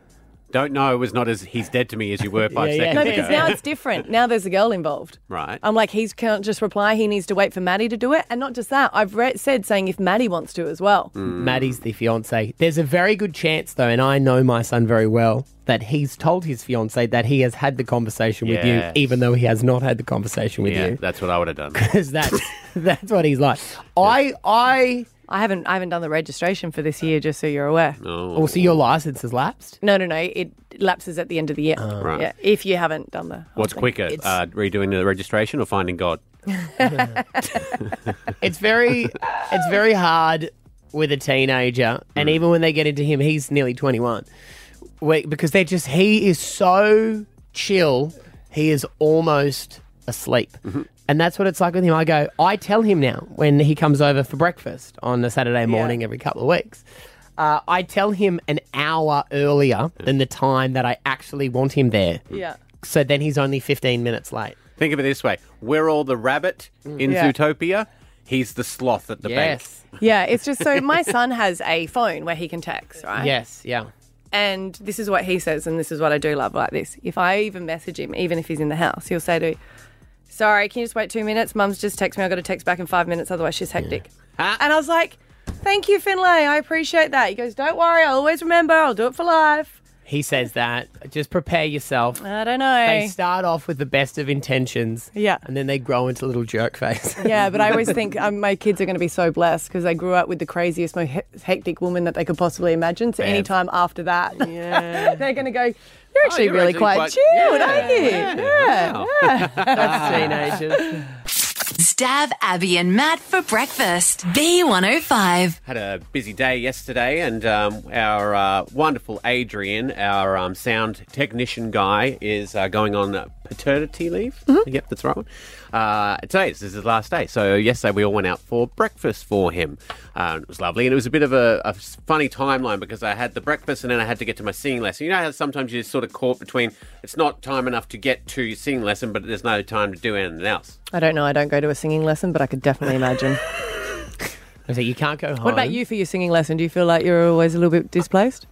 S4: don't know was not as he's dead to me as you were five
S2: Yeah, yeah.
S4: seconds
S3: No,
S4: ago.
S3: because now it's different. Now there's a girl involved.
S4: right.
S3: I'm like, he can't just reply. He needs to wait for Maddie to do it. And not just that, I've re- said saying if Maddie wants to as well.
S2: Maddie's the fiance. There's a very good chance, though, and I know my son very well, that he's told his fiance that he has had the conversation with
S4: Yes.
S2: you, even though he has not had the conversation with
S4: yeah,
S2: you.
S4: that's what I would have done.
S2: Because that's, that's what he's like. I, I,
S3: I haven't, I haven't done the registration for this year, just so you're aware.
S4: No.
S2: Also, your license has lapsed.
S3: No, no, no. It lapses at the end of the year.
S4: Oh. Right.
S3: Yeah, if you haven't done the.
S4: What's quicker, uh, redoing the registration or finding God?
S2: It's very, it's very hard with a teenager, and even when they get into him, he's nearly twenty-one, Wait, because they're just he is so chill, he is almost asleep, and that's what it's like with him. I go, I tell him now when he comes over for breakfast on a Saturday morning every couple of weeks. Uh, I tell him an hour earlier than the time that I actually want him there.
S3: Yeah.
S2: So then he's only 15 minutes late.
S4: Think of it this way: we're all the rabbit in
S3: Mm. Yeah.
S4: Zootopia. He's the sloth at the
S2: Yes.
S3: Yeah, it's just so my son has a phone where he can text, right?
S2: Yes, yeah.
S3: And this is what he says, and this is what I do love like this. If I even message him, even if he's in the house, he'll say to, Sorry, can you just wait two minutes? Mum's just texted me. I've got to text back in five minutes, otherwise she's hectic. And I was like, Thank you, Finlay. I appreciate that. He goes, Don't worry. I'll always remember. I'll do it for life.
S2: He says that. Just prepare yourself.
S3: I don't know.
S2: They start off with the best of intentions. Yeah. And then they grow into little jerk face.
S3: Yeah, but I always think um, my kids are going to be so blessed because they grew up with the craziest, most he- hectic woman that they could possibly imagine. So
S2: Bev.
S3: any time after that, they're going to go, you're
S4: Oh,
S3: actually
S14: you're
S3: really
S14: actually
S3: quite,
S14: quite-
S3: chilled,
S14: yeah,
S3: aren't you?
S14: yeah,
S3: Yeah.
S2: That's teenagers.
S6: Stab Abby and Matt for breakfast. B105.
S4: Had a busy day yesterday, and um, our uh, wonderful Adrian, our um, sound technician guy, is uh, going on paternity leave. Yep, that's the right. One. Uh, today is this is his last day. So yesterday we all went out for breakfast for him. Uh, it was lovely, and it was a bit of a, a funny timeline because I had the breakfast and then I had to get to my singing lesson. You know how sometimes you're sort of caught between it's not time enough to get to your singing lesson, but there's no time to do anything else.
S3: I don't know. I don't go to a singing lesson, but I could definitely imagine.
S2: I say, you can't go home.
S3: what about you for your singing lesson? Do you feel like you're always a little bit displaced?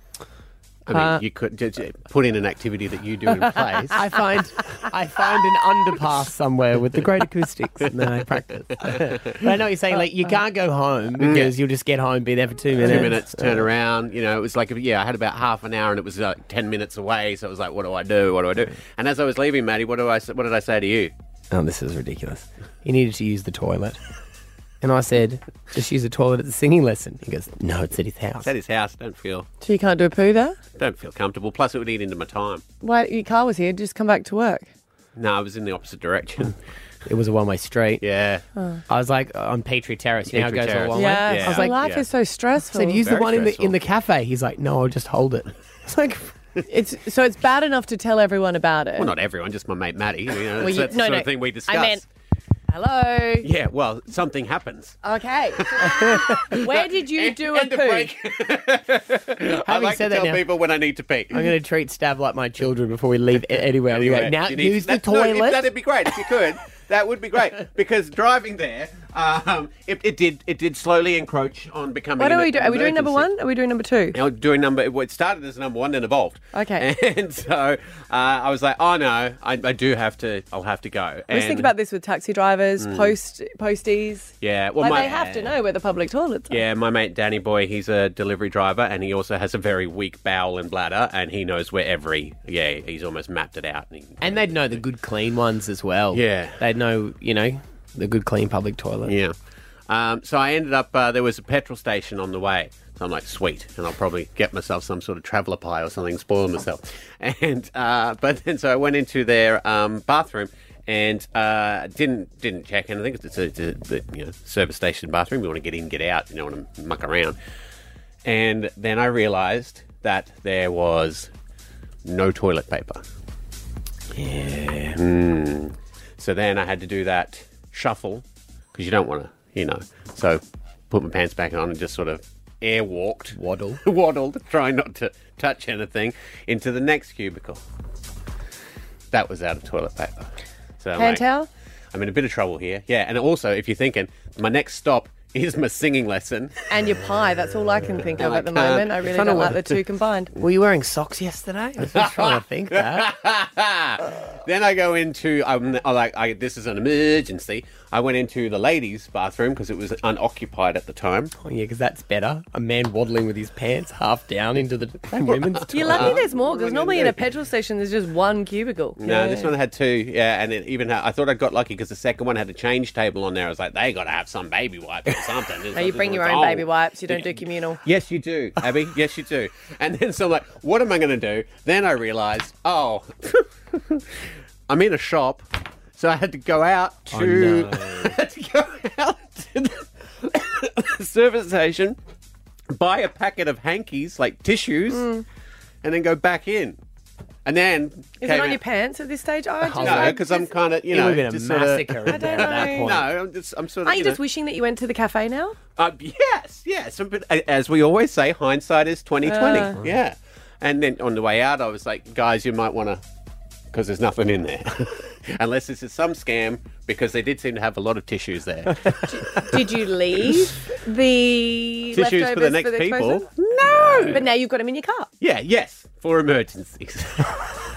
S4: I mean,
S3: Uh,
S4: you could j- j- put in an activity that you do in place.
S2: I find I find an underpass somewhere with the great acoustics and then I practice. but I know what you're saying. Like, you can't go home because you'll just get home, be there for two minutes.
S4: Two minutes, turn around. You know, it was like, yeah, I had about half an hour and it was like 10 minutes away. So I was like, what do I do? What do I do? And as I was leaving, Maddie, what, do I, s- what did I say to you?
S2: Oh, this is ridiculous. You needed to use the toilet. And I said, just use the toilet at the singing lesson. He goes, no, it's at his house.
S4: It's at his house. Don't feel
S3: So you can't do a poo there?
S4: don't feel comfortable. Plus, it would eat into my time.
S3: Why your car was here? Just come back to work.
S4: No, I was in the opposite direction.
S2: It was a one-way street.
S4: Yeah.
S3: Oh.
S2: I was like on Petrie Terrace. You know, it
S4: Petrie
S2: goes all
S4: Terrace.
S2: one
S3: Yeah.
S2: way. I was
S3: My
S2: like,
S3: life is so stressful.
S2: I said, use the one in the, in the cafe. He's like, no, I'll just hold it. It's like
S3: it's so it's bad enough to tell everyone about it.
S4: Well, not everyone, just my mate Maddie. You know,
S3: Well,
S4: that's
S3: you-
S4: that's
S3: no,
S4: the sort
S3: no.
S4: of thing we discuss.
S3: I meant, hello.
S4: yeah, well, something happens.
S3: Okay. Where did you do a poo?
S4: I
S2: Having
S4: like
S2: said that
S4: to tell
S2: now-
S4: people when I need to pee.
S2: I'm going to treat Stav like my children before we leave a- anywhere. I'll be like, now
S4: You need-
S2: use the
S4: that- no, if-
S2: toilet.
S4: that'd be great if you could. That would be great because driving there, um, it, it did it did slowly encroach on becoming.
S3: What
S4: an
S3: are we doing? Are we doing number
S4: emergency.
S3: one? Are we doing number two?
S4: Now, doing number, well, it started as number one and evolved.
S3: Okay.
S4: And so uh, I was like, oh no, I, I do have to, I'll have to go.
S3: I was
S4: And-
S3: thinking about this with taxi drivers,
S4: Mm.
S3: post posties.
S4: Yeah, well,
S3: like
S4: my,
S3: they have to know where the public toilets.
S4: Yeah, my mate Danny Boy, he's a delivery driver, and he also has a very weak bowel and bladder, and he knows where every. Yeah, he's almost mapped it out. And he,
S2: And they'd know the good clean ones as well.
S4: Yeah.
S2: They'd know, you know, the good clean public toilet.
S4: yeah. Um, so I ended up uh, there was a petrol station on the way. So I'm like, sweet, and I'll probably get myself some sort of traveller pie or something, spoil myself. And uh, but then so I went into their um, bathroom and uh, didn't didn't check anything. 'cause It's a, it's a- the, you know, service station bathroom. You want to get in, get out. You don't want to muck around. And then I realised that there was no toilet paper. Yeah. So then I had to do that shuffle because you don't want to, you know. So put my pants back on and just sort of air walked, waddled, waddled, trying not to touch anything into the next cubicle. That was out of toilet paper. So I'm
S3: Hand
S4: like,
S3: towel?
S4: I'm in a bit of trouble here. Yeah, and also if you're thinking my next stop is my singing lesson.
S3: And your pie. That's all I can think of
S4: I
S3: at the
S4: can't-
S3: moment. I really
S4: Trying to
S3: don't like the
S4: work-
S3: two combined.
S2: Were you wearing socks yesterday? I was just trying to think that.
S4: then I go into I'm, I like I, this is an emergency. I went into the ladies' bathroom because it was unoccupied at the time.
S2: Oh yeah, because that's better. A man waddling with his pants half down into the women's toilet.
S3: You're lucky there's more because normally in a petrol station there's just one cubicle.
S4: No, this one had two. Yeah, and it even had, I thought I got lucky because the second one had a change table on there. I was like, they got to have some baby wipe or something. This-
S3: No, you
S4: this
S3: bring your
S4: one's
S3: own baby
S4: old.
S3: wipes. You don't do communal.
S4: Yes, you do, Abby. yes, you do. And then so I'm like, what am I going to do? Then I realised, oh, I'm in a shop, so I had to go out to,
S5: Oh,
S4: I had to go out to the service station, buy a packet of hankies like tissues, and then go back in. And then
S3: Is
S4: came
S3: it on
S4: out-
S3: your pants at this stage? Oh, I just,
S4: no, because I'm kind of you
S2: It
S4: know
S2: would've been a
S4: just
S2: massacre
S4: Sorta,
S2: in there at that point.
S4: No, I'm just I'm sort of.
S3: aren't you just wishing that you went to the cafe now?
S4: Uh, yes, yes. But as we always say, hindsight is twenty twenty.
S3: Uh.
S4: yeah. And then on the way out, I was like, guys, you might want to, because there's nothing in there, unless this is some scam. Because they did seem to have a lot of tissues there.
S3: Did you leave the
S4: Tissues for the
S3: leftovers
S4: next people?
S3: person? No. But now you've got them in your car.
S4: yeah. Yes. For emergencies.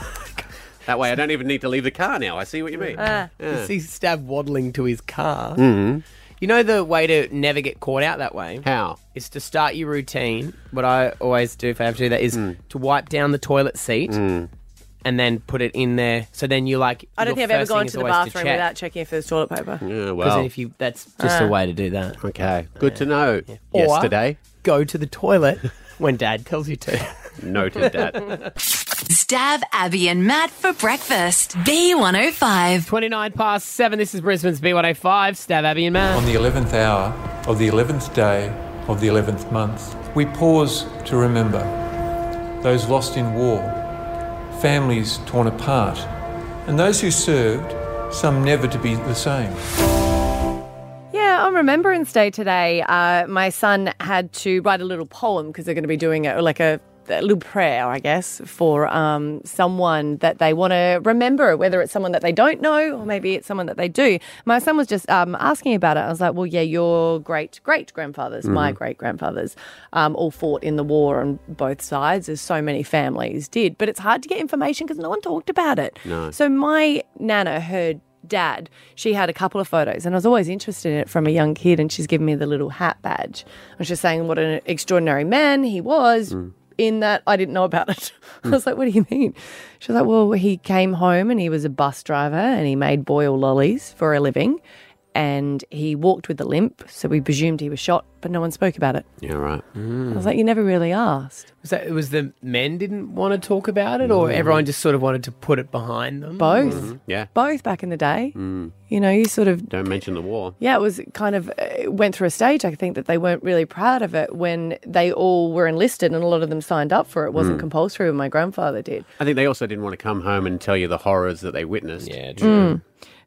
S4: that way, I don't even need to leave the car now. I see what you mean.
S2: Ah.
S4: Yeah.
S2: You see Stav waddling to his car.
S4: Mhm.
S2: You know the way to never get caught out that way?
S4: How?
S2: Is to start your routine. What I always do if I have to do that is to wipe down the toilet seat and then put it in there. So then you like.
S3: I don't
S2: your
S3: think I've ever
S2: first thing
S3: gone
S2: is
S3: to the
S2: always
S3: bathroom
S2: check.
S3: without checking if there's toilet paper.
S4: Yeah,
S2: 'Cause
S4: well,
S2: then if you, that's Oh. just a
S3: Ah.
S2: way to do that.
S4: Okay, good to know.
S2: Or
S4: Yesterday.
S2: go to the toilet when Dad tells you to.
S4: noted that.
S6: Stab Abby and Matt for breakfast. B105.
S2: 29 past 7. This is Brisbane's B105. Stab Abby and Matt.
S14: On the 11th hour of the 11th day of the 11th month, we pause to remember those lost in war, families torn apart, and those who served, some never to be the same.
S3: Yeah, on Remembrance Day today, uh, my son had to write a little poem because they're going to be doing it, or like a, a little prayer, I guess, for um, someone that they want to remember, whether it's someone that they don't know or maybe it's someone that they do. My son was just um, asking about it. I was like, well, yeah, your great great grandfathers, my
S15: Mhm.
S3: great grandfathers, um, all fought in the war on both sides, as so many families did. But it's hard to get information because no one talked about it.
S15: No.
S3: So my nana, her dad, she had a couple of photos, and I was always interested in it from a young kid. And she's given me the little hat badge, and she's saying what an extraordinary man he was.
S15: Mm.
S3: In that I didn't know about it. I
S15: Mm.
S3: was like, "What do you mean?" She was like, "Well, he came home and he was a bus driver and he made boil lollies for a living." and he walked with a limp, so we presumed he was shot, but no one spoke about it.
S4: Yeah, right.
S3: I was like, you never really asked.
S2: Was that it was the men didn't want to talk about it, or
S3: Mm.
S2: everyone just sort of wanted to put it behind them?
S3: Both.
S4: Yeah.
S3: Both back in the day. You know, you sort of
S4: Don't mention the war.
S3: Yeah, it was kind of it went through a stage. I think that they weren't really proud of it when they all were enlisted and a lot of them signed up for it. It wasn't
S4: Mm.
S3: compulsory. when My grandfather did.
S4: I think they also didn't want to come home and tell you the horrors that they witnessed. Yeah,
S3: Mm.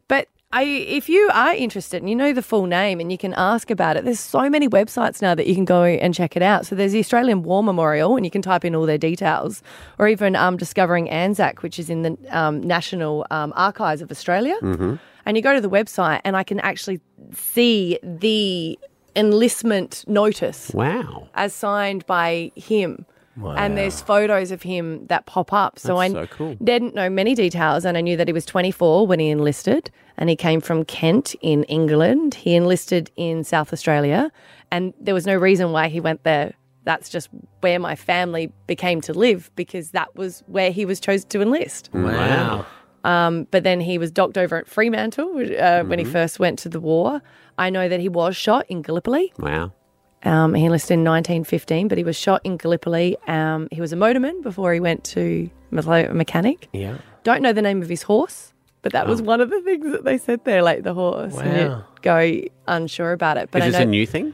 S3: But I, if you are interested and you know the full name and you can ask about it, there's so many websites now that you can go and check it out. So there's the Australian War Memorial, and you can type in all their details, or even um, Discovering Anzac, which is in the um, National um, Archives of Australia.
S15: Mm-hmm.
S3: And you go to the website, and I can actually see the enlistment notice.
S4: Wow.
S3: As signed by him.
S4: Wow.
S3: And there's photos of him that pop up. So
S4: That's
S3: I
S4: so cool.
S3: didn't know many details, and I knew that he was 24 when he enlisted, and he came from Kent in England. He enlisted in South Australia, and there was no reason why he went there. That's just where my family became to live because that was where he was chosen to enlist.
S4: Mm. Wow.
S3: Um, but then he was docked over at Fremantle uh, when he
S4: Mhm.
S3: first went to the war. I know that he was shot in Gallipoli.
S4: Wow.
S3: Um, he enlisted in 1915, but he was shot in Gallipoli. Um, he was a motorman before he went to me- mechanic.
S2: Yeah.
S3: Don't know the name of his horse, but that was
S4: Oh.
S3: one of the things that they said there, like the horse. and you'd
S4: Wow.
S3: go unsure about it. But
S4: Is
S3: I
S4: this
S3: know
S4: a new thing?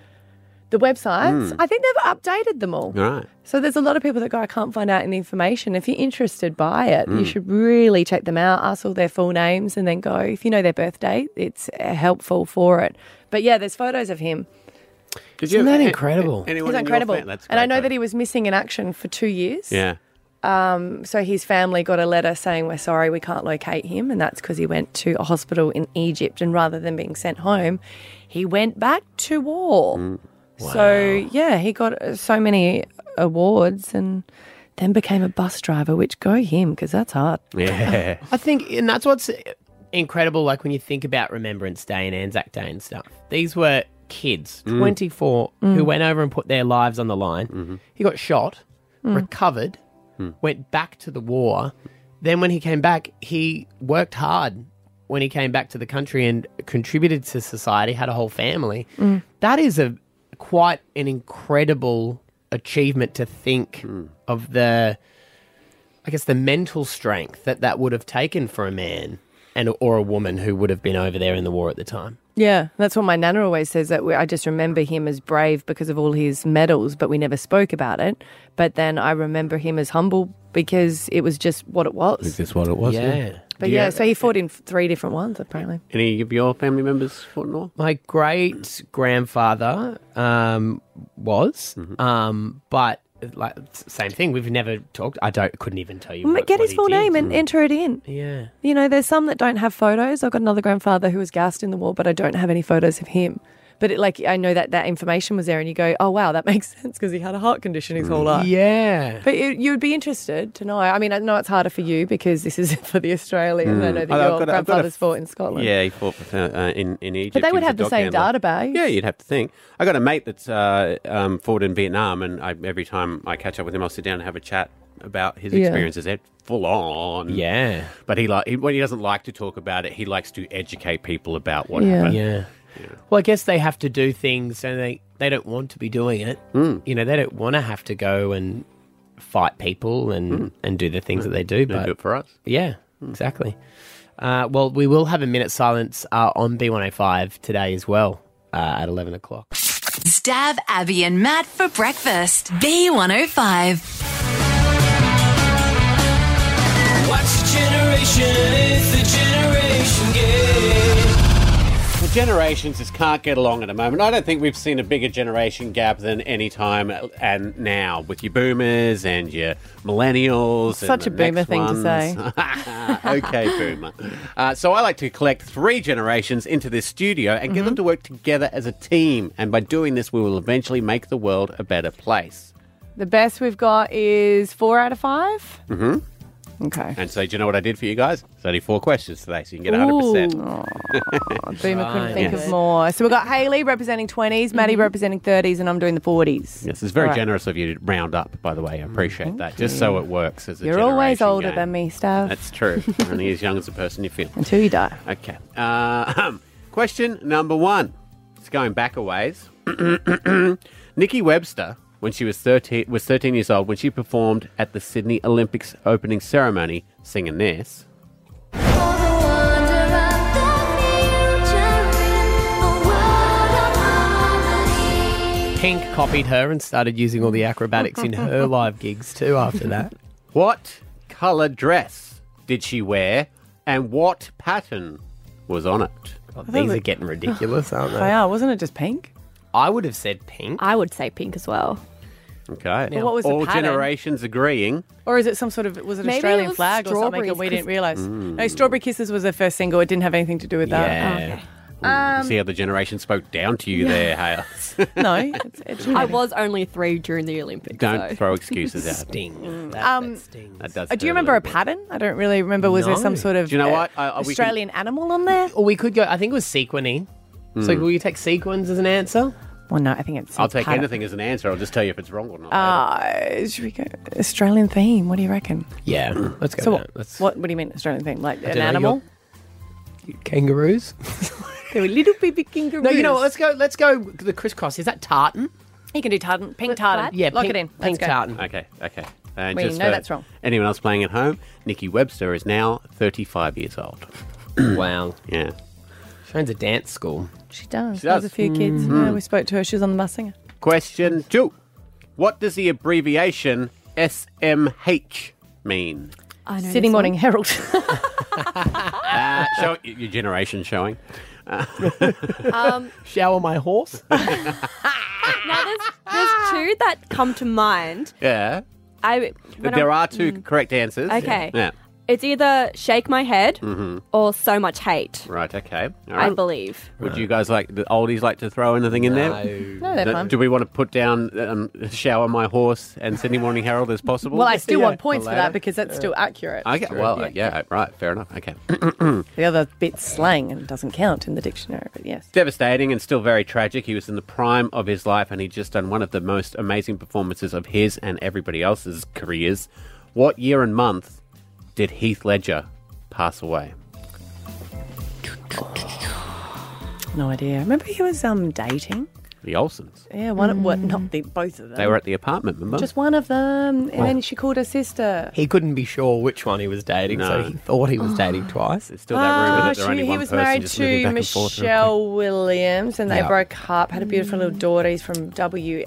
S3: the websites.
S4: Mm.
S3: I think they've updated them all.
S4: Right.
S3: So there's a lot of people that go, I can't find out any information. If you're interested by it, you
S4: Mm.
S3: should really check them out, ask all their full names, and then go. If you know their birth date, it's uh, helpful for it. But yeah, there's photos of him.
S4: Did
S2: Isn't that incredible?
S3: He's incredible. and I know that he was missing in action for two years.
S4: Yeah.
S3: Um, so his family got a letter saying, We're sorry, we can't locate him. And that's because he went to a hospital in Egypt. And rather than being sent home, he went back to war. So, yeah, he got uh, so many awards and then became a bus driver, which go him because that's hard.
S4: Yeah.
S2: I think, and that's what's incredible. Like when you think about Remembrance Day and Anzac Day and stuff, these were kids,
S4: Mm.
S2: 24, who
S4: Mm. Mm-hmm.
S2: went over and put their lives on the line. He got shot,
S4: Mm.
S2: recovered,
S4: Mm.
S2: went back to the war. Then when he came back, he worked hard when he came back to the country and contributed to society, had a whole family.
S16: Mm.
S2: That is a quite an incredible achievement to think
S4: Hmm.
S2: of the I guess the mental strength that that would have taken for a man and or a woman who would have been over there in the war at the time.
S3: Yeah, that's what my nana always says. That we, I just remember him as brave because of all his medals, but we never spoke about it. But then I remember him as humble because it was just what it was.
S4: Is this what it was? Yeah. yeah.
S3: But
S4: Do you
S3: yeah,
S4: have-
S3: so he fought in three different ones apparently.
S4: Any of your family members fought in war?
S2: My great grandfather um, was,
S4: Mm-hmm.
S2: um, but like same thing. We've never talked. I don't. Couldn't even tell you.
S3: M-
S2: What,
S3: Get
S2: what
S3: his
S2: he
S3: full
S2: did.
S3: name and enter it in.
S2: Yeah.
S3: You know, there's some that don't have photos. I've got another grandfather who was gassed in the war, but I don't have any photos of him. But it, like, I know that that information was there, and you go, oh wow, that makes sense because he had a heart condition his whole life.
S2: Yeah.
S3: But you you would be interested to know. I mean, I know it's harder for you because this is for the Australians. I know
S4: Mm.
S3: that
S4: Although I've
S3: your
S4: got a- I've got a
S3: grandfather's
S4: f-
S3: fought in Scotland.
S4: Yeah, he fought with, uh, uh, in in Egypt.
S3: But they
S4: He
S3: would
S4: was
S3: have
S4: a
S3: the
S4: dog
S3: same
S4: handler.
S3: database.
S4: Yeah, you'd have to think. I got a mate that's uh, um, fought in Vietnam, and I, every time I catch up with him, I'll sit down and have a chat about his
S2: Yeah.
S4: experiences. They're full on.
S2: Yeah,
S4: but he like he- when he doesn't like to talk about it, he likes to educate people about what
S2: Yeah.
S4: happened.
S2: Yeah. Well, I guess they have to do things, and they they don't want to be doing it.
S4: Mm.
S2: You know, they don't want to have to go and fight people and and do the things that they do.
S4: Mm. They
S2: but
S4: do it for us.
S2: Yeah, exactly. Uh, well, we will have a minute silence uh, on B105 today as well uh, at eleven o'clock.
S6: Stab Abby and Matt for breakfast. B105.
S7: What's your generation? It's the generation gap.
S4: Well, generations just can't get along at the moment. I don't think we've seen a bigger generation gap than any time and now with your boomers and your millennials. and
S3: Such a
S4: the
S3: boomer
S4: next
S3: thing to
S4: ones.
S3: say.
S4: okay, boomer. Uh, so I like to collect three generations into this studio and
S3: Mm-hmm.
S4: get them to work together as a team. And by doing this, we will eventually make the world a better place.
S3: The best we've got is four out of five.
S4: Mm-hmm.
S3: Okay.
S4: And so, do you know what I did for you guys? It's only four questions today, so you can get 100%.
S3: Boomer couldn't think of more. So we've got Haley representing 20s, Maddie representing 30s, and I'm doing the 40s.
S4: Mm-hmm. Yes, it's very
S3: All right. Mm-hmm.
S4: generous of you to round up, by the way. I appreciate that. Just so it works as a
S3: You're always
S4: generation
S3: older
S4: game.
S3: than me, Stav.
S4: That's true. You're only as young as the person you feel.
S3: Until you die.
S4: Okay. Uh, Question number one. It's going back a ways. Nikki Webster, when she was 13, was 13 years old, when she performed at the Sydney Olympics opening ceremony, singing this.
S2: Pink copied her and started using all the acrobatics in her live gigs too after that.
S4: What colour dress did she wear and what pattern was on it?
S3: I thought
S2: these are
S3: it-
S2: getting ridiculous, aren't
S3: They
S2: they?
S3: are. Wasn't it just pink?
S2: I would have said pink.
S3: I would say pink as well.
S4: Okay.
S3: But what was the
S4: All
S3: pattern?
S4: generations agreeing.
S3: Or is it some sort of was it
S15: Maybe it
S3: Australian
S15: was
S3: flag or something and
S15: strawberries,
S3: we
S15: 'cause-
S3: didn't realise?
S4: Mm.
S3: No, Strawberry Kisses was their first single. It didn't have anything to do with that.
S4: Yeah.
S15: Um,
S4: See how the generation spoke down to you there, Hales.
S3: no,
S15: I was only three during the Olympics.
S4: Don't
S15: so.
S4: throw excuses out.
S2: Sting.
S3: Um,
S4: That does.
S3: uh, do you
S4: hurt a
S3: remember a
S4: little bit.
S3: pattern? I don't really remember. Was there
S2: No.
S3: some sort of
S2: Do you know
S3: uh,
S2: what? I- I- we can-
S3: Australian animal on there?
S2: Or we could go. I think it was sequining. So
S4: Mm.
S2: will you take sequins as an answer?
S3: Well, no, I think it's.
S4: I'll take
S3: pattern.
S4: anything as an answer. I'll just tell you if it's wrong or not.
S3: Uh, should we go Australian theme? What do you reckon?
S2: Yeah, let's go.
S3: So
S2: with
S3: what,
S2: that. Let's
S3: what? What do you mean Australian theme? Like an
S2: I don't know,
S3: animal?
S2: kangaroos.
S3: They were little baby kangaroos.
S2: No, you know what? Let's go. Let's go. The crisscross. Is that tartan?
S3: You can do tartan, pink tartan.
S2: Yeah,
S3: lock
S2: pink-
S3: it in. Let's
S2: pink
S3: go.
S2: tartan.
S4: Okay, okay. And
S3: We
S4: just
S3: know
S4: for
S3: that's wrong.
S4: Anyone else playing at home? Nikki Webster is now 35 years old.
S2: wow.
S4: Yeah.
S2: She owns a dance school.
S3: She does.
S4: She
S3: She
S4: does.
S3: has a few kids.
S2: Mm-hmm.
S4: Mhm.
S3: Yeah, we spoke to her. She was on the Mass Singer.
S4: Question two. What does the abbreviation SMH mean?
S15: I know
S3: Sydney
S15: this
S3: Morning
S15: one.
S3: Herald.
S4: Uh, show, your generation showing. Uh,
S15: Um,
S2: Shower my horse.
S15: now there's, there's two that come to mind.
S4: yeah.
S15: I when
S4: there
S15: I'm-
S4: are two
S15: mm.
S4: correct answers.
S15: Okay.
S4: Yeah.
S15: It's either shake my head
S4: hmm
S15: or so much hate.
S4: Right, okay. All
S15: I
S4: right.
S15: believe.
S4: Would you guys like the oldies like to throw anything in there?
S15: No, they're
S4: Do-
S15: fine.
S4: Do we want to put down um, shower my horse and Sydney Morning Herald as possible?
S3: well, I still want
S4: For
S3: points for
S4: later?
S3: that because that's still accurate.
S4: Okay, well, yeah. right, fair enough. Okay.
S3: The other bit's slang and it doesn't count in the dictionary, but yes.
S4: Devastating and still very tragic. He was in the prime of his life and he'd just done one of the most amazing performances of his and everybody else's careers. What year and month did Heath Ledger pass away?
S3: No idea. Remember he was um dating?
S4: The Olsons.
S3: Yeah, one of what
S2: Mm.
S3: not the both of them.
S4: They were at the apartment, remember?
S3: Um, just one of them. And
S2: Oh.
S3: then she called her sister.
S2: He couldn't be sure which one he was dating, so
S4: No.
S2: he thought he was dating twice.
S4: It's still
S3: Ah, she, he was married to Michelle Williams and they
S4: Yeah.
S3: broke up, had a beautiful
S2: Mm.
S3: little daughter. He's from WA.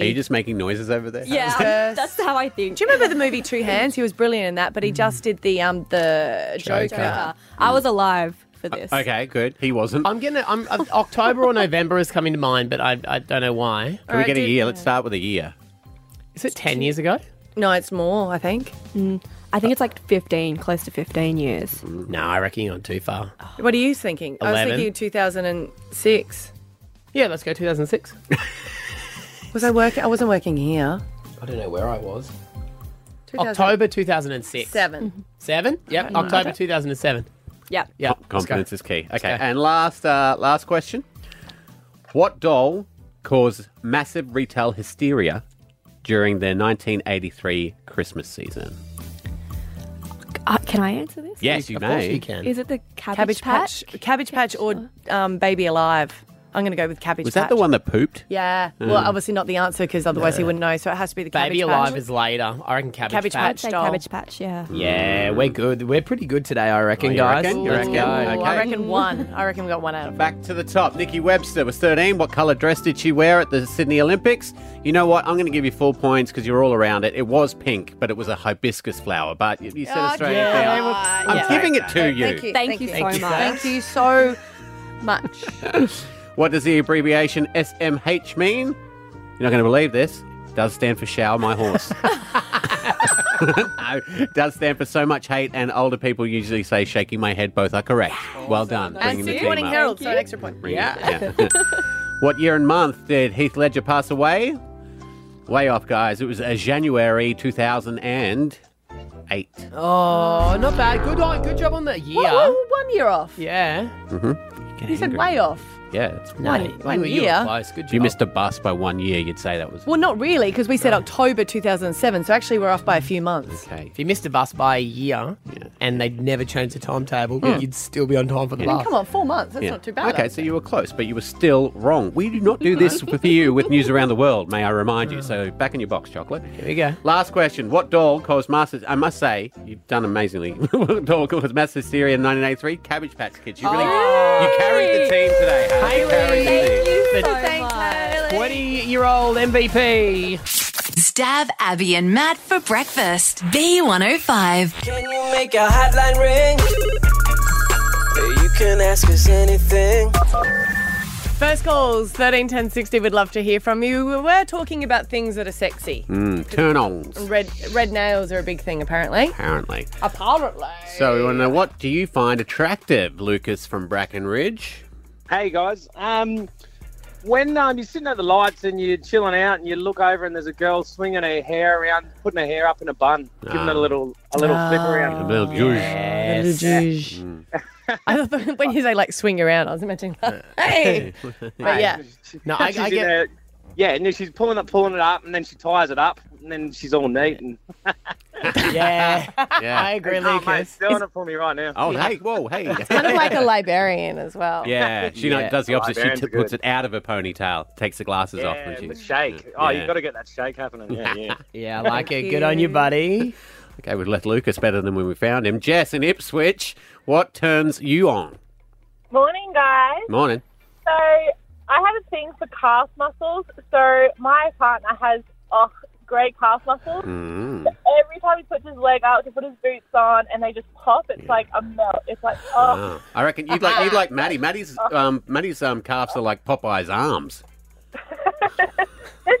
S4: Are you just making noises over there?
S15: Yeah, that's how I think.
S3: Do you remember the movie Two Hands? He was brilliant in that, but he just did the um the Joker.
S4: Mm. Joker. Joker.
S15: I was alive for this.
S4: Okay, good. He wasn't.
S2: I'm gonna. I'm uh, October or November is coming to mind, but I, I don't know why.
S4: Can we get a year? Let's start with a year.
S2: Is it ten years ago?
S3: No, it's more. I think.
S15: Mm, I think it's like 15, close to 15 years.
S2: No, I reckon you're not too far.
S3: What are you thinking? I was
S2: Eleven.
S3: thinking 2006.
S2: Yeah, let's go 2006.
S3: Was I working? I wasn't working here.
S2: I don't know where I was.
S3: 2000
S2: October 2006.
S3: Seven.
S2: Seven?
S3: I
S2: Yep.
S3: don't know.
S2: October 2007.
S15: Yep.
S2: Yeah.
S4: Confidence is key. Okay, and last uh, last question: What doll caused massive retail hysteria during the 1983 Christmas season?
S15: Uh, can I answer this?
S4: Yes, you
S3: Of
S4: may.
S3: course you can.
S15: Is it the
S3: Cabbage
S15: cabbage,
S3: Patch. Cabbage Patch or um, Baby Alive. I'm going to go with Cabbage
S4: Was
S3: Patch.
S4: that the one that pooped?
S3: Yeah. Well,
S4: Mm.
S3: obviously not the answer because otherwise he wouldn't know. So it has to be the Cabbage
S2: Baby
S3: Patch.
S2: Alive is later. I reckon Cabbage,
S3: Cabbage
S2: Patch.
S3: Patch doll.
S15: Cabbage Patch, yeah.
S2: Yeah, we're good. We're pretty good today, I reckon,
S4: Oh, you
S2: guys.
S4: reckon? You
S2: Let's
S4: reckon?
S2: go.
S4: Okay.
S3: Ooh, I reckon one. I reckon we got one out of
S4: Back to the top. Nikki Webster was 13. What colour dress did she wear at the Sydney Olympics? You know what? I'm going to give you full points because you're all around it. It was pink, but it was a hibiscus flower. But you, you said Australia.
S3: Oh, yeah,
S4: flower.
S3: yeah.
S4: I'm
S3: Yeah.
S4: giving it to you.
S3: Thank you. Thank you
S15: so much.
S3: Thank you so much.
S4: What does the abbreviation SMH mean? You're not going to believe this. Does stand for shower my horse. no, does stand for so much hate, and older people usually say shaking my head. Both are correct. Well done.
S3: and
S4: bringing the
S3: Sydney
S4: team
S3: Morning
S4: up.
S3: Herald, so an extra point.
S4: Bringing it- yeah. what year and month did Heath Ledger pass away? Way off, guys. It was uh, January 2008.
S2: Oh, not bad. Good on. Good job on that year.
S3: Woo, woo, one year off.
S2: Yeah.
S4: Mm-hmm.
S3: You said way off.
S4: Yeah, it's
S3: One-
S4: one,
S3: one You were- you were year. close.
S2: Good
S4: If you missed a bus by one year, you'd say that was
S3: Well, not really, because we said October 2007, so actually we're off by a few months.
S4: Okay.
S2: If you missed a bus by a year and they'd never changed the timetable,
S4: Mm.
S2: you'd still be on time for the
S3: I mean,
S2: bus.
S3: Hmm. come on, four months, that's
S4: Yeah.
S3: not too bad.
S4: Okay, so you were close, but you were still wrong. We do not do this with you with news around the world, may I remind you. So back in your box, chocolate. Here
S2: we go.
S4: Last question. What doll caused massive? I must say, you've done amazingly. what doll caused mass hysteria in 1983? Cabbage Patch Kids. You really
S3: Oh!
S4: you carried the team today. Haley. You carried the team.
S2: The 20 year old MVP.
S6: Stab Abby and Matt for breakfast. B105.
S7: Can you make a hotline ring? You can ask us anything.
S3: First calls, 13, 10, 60, we'd love to hear from you. We were talking about things that are sexy.
S4: Mm, turn ons,
S3: Red red nails are a big thing, apparently.
S4: apparently.
S3: Apparently.
S4: So we want to know what do you find attractive, Lucas from Brackenridge?
S16: Hey guys, um, when um, you're sitting at the lights and you're chilling out and you look over and there's a girl swinging her hair around, putting her hair up in a bun, giving
S4: Ah.
S16: it a little a little flip around.
S4: A little juice.
S3: Yes. Little juice. I thought when you say like swing around, I was imagining that. Hey!
S16: but
S3: yeah. No, I- I get-
S16: yeah, and then she's pulling it, pulling it up, and then she ties it up, and then she's all neat. And
S2: yeah,
S4: yeah,
S2: I agree,
S16: oh, mate,
S2: Lucas.
S16: it's doing it for me right now.
S4: Oh, hey, whoa, hey.
S3: Kind of like a librarian as well.
S4: Yeah, she
S16: Yeah.
S4: Like, does the
S16: Oh,
S4: opposite.
S16: Ivan's
S4: she t-
S16: good.
S4: puts it out of her ponytail, takes the glasses off.
S16: Yeah,
S4: And she,
S16: the shake. Oh,
S4: Yeah.
S16: you've got to get that shake happening. Yeah, yeah.
S2: yeah, I like it. Good on you, buddy.
S4: Okay, we've left Lucas better than when we found him. Jess in Ipswich, what turns you on?
S17: Morning, guys.
S4: Morning.
S17: So I have a thing for calf muscles. So my partner has oh great calf muscles.
S4: Mm.
S17: Every time he puts his leg out to put his boots on, and they just pop. It's like a melt. It's like oh,
S4: Wow. Ah, I reckon you'd like you'd like Maddie. Maddie's um, Maddie's um, calves are like Popeye's arms.
S17: there's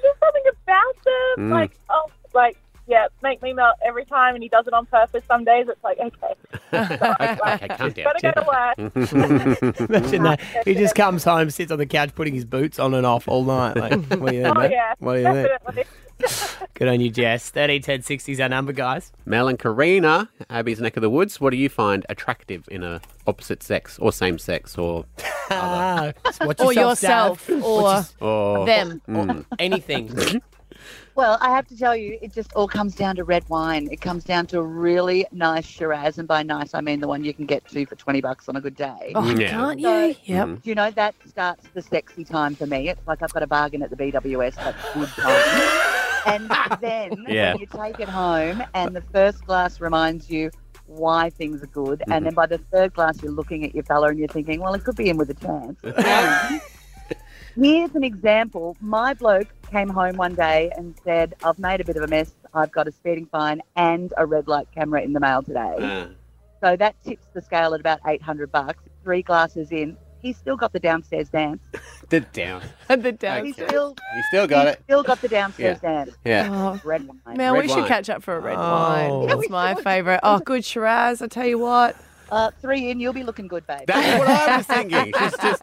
S17: just something about them.
S4: Mm.
S17: Like oh, like yeah, make me melt every time. And he does it on purpose. Some days it's like okay,
S4: okay, okay, calm down.
S17: gotta go to work.
S2: Imagine that. He just comes home, sits on the couch, putting his boots on and off all night. Like, what do you think,
S17: Oh
S2: mate?
S17: yeah,
S2: What do you think?
S17: definitely.
S2: Good on you, Jess. 13, 10, 60 is our number, guys.
S4: Mel and Karina, Abby's neck of the woods. What do you find attractive in a opposite sex or same sex or
S2: Ah, watch
S3: or yourself,
S2: yourself, Stav.
S3: or
S2: Watch
S4: or
S3: Them.
S4: Mm.
S2: anything?
S18: Well, I have to tell you, it just all comes down to red wine. It comes down to a really nice Shiraz, and by nice, I mean the one you can get to for 20 bucks on a good day.
S3: Oh, Yeah. can't you? Yep.
S18: You know, that starts the sexy time for me. It's like I've got a bargain at the BWS, but good time. and then
S7: Yeah.
S18: when you take it home, and the first glass reminds you why things are good, and then by the third glass, you're looking at your fella and you're thinking, well, it could be in with a chance. Here's an example. My bloke came home one day and said, I've made a bit of a mess. I've got a speeding fine and a red light camera in the mail today.
S4: uh,
S18: So that tips the scale at about 800 bucks. Three glasses in. He's still got the downstairs dance.
S4: the down.
S3: the
S18: He's still,
S4: You still got it.
S18: still got the downstairs dance.
S4: Yeah.
S18: Red wine.
S3: Mel, Oh, we should catch up for a red wine. That's my favourite. Oh, good Shiraz, I tell you what.
S18: Uh, three in, you'll be looking good, babe.
S4: That's what I was thinking. She's just...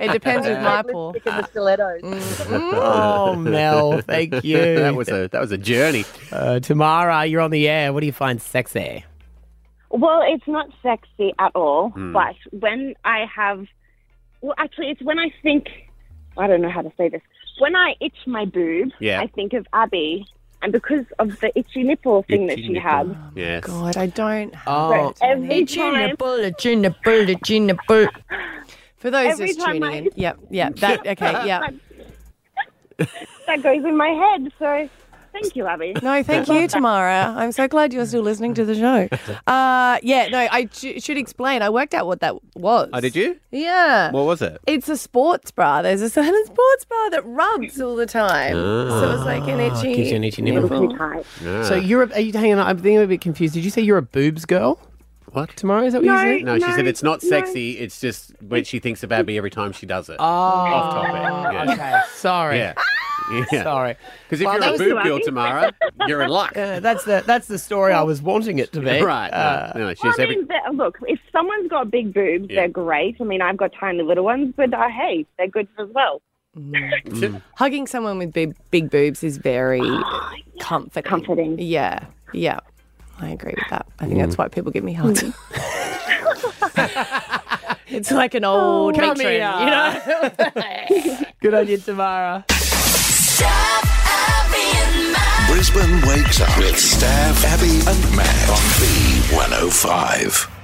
S3: it depends with my pool.
S18: the stilettos.
S2: Oh, Mel, thank you.
S4: That was a that was a journey.
S2: Uh, Tamara, you're on the air. What do you find sexy?
S19: Well, it's not sexy at all,
S2: Hmm.
S19: but when I have, well, actually, it's when I think, I don't know how to say this. When I itch my boob,
S7: Yeah.
S19: I think of Abby, and because of the itchy nipple thing that she had.
S4: Yes.
S3: God, I don't.
S19: Oh.
S3: have
S19: Every
S3: any.
S19: time-
S3: Gina Bull, Gina Bull, Gina Bull. For those
S19: Every
S3: just
S19: time
S3: tuning
S19: I-
S3: in, yep, yep, that okay, yep.
S19: that goes in my head. So, thank you, Abby.
S3: No, thank you, Tamara. I'm so glad you're still listening to the show. Uh, yeah, no, I sh- should explain. I worked out what that was.
S4: Oh, did you?
S3: Yeah.
S4: What was it?
S3: It's a sports bra. There's a certain sports bra that rubs all the time. So it's like an
S2: Ah,
S3: itchy.
S2: gives you an itchy nipple.
S4: Yeah.
S2: So you're a, are you hanging on? I'm thinking I'm a bit confused. Did you say you're a boobs girl?
S4: What?
S2: Tomorrow is that what you said?
S4: No, she said it's not sexy. It's just when she thinks of Abby every time she does it. Oh, off topic. Yeah.
S2: Okay, sorry.
S4: Yeah. Yeah.
S2: Sorry.
S4: Because if
S2: Well, that
S4: you're a
S2: was
S4: boob girl,
S2: lucky.
S4: Tamara, you're in luck.
S2: Uh, that's the that's the story I was wanting it to be.
S4: Right.
S2: Uh,
S4: no, no, she
S19: Well,
S4: was
S19: I
S4: every-
S19: mean, the- look, if someone's got big boobs, they're great. I mean, I've got tiny little ones, but uh, hey, they're good as well.
S3: Hugging someone with big, big boobs is very
S2: Ah,
S3: comforting. Comforting. Yeah, yeah. I agree with that. I think that's why people give me hugs. It's like an old
S2: Come
S3: matron,
S2: here.
S3: you know?
S2: Good on you, Tamara.
S1: oh Brisbane wakes up with Stav, Abby, and Matt on B105.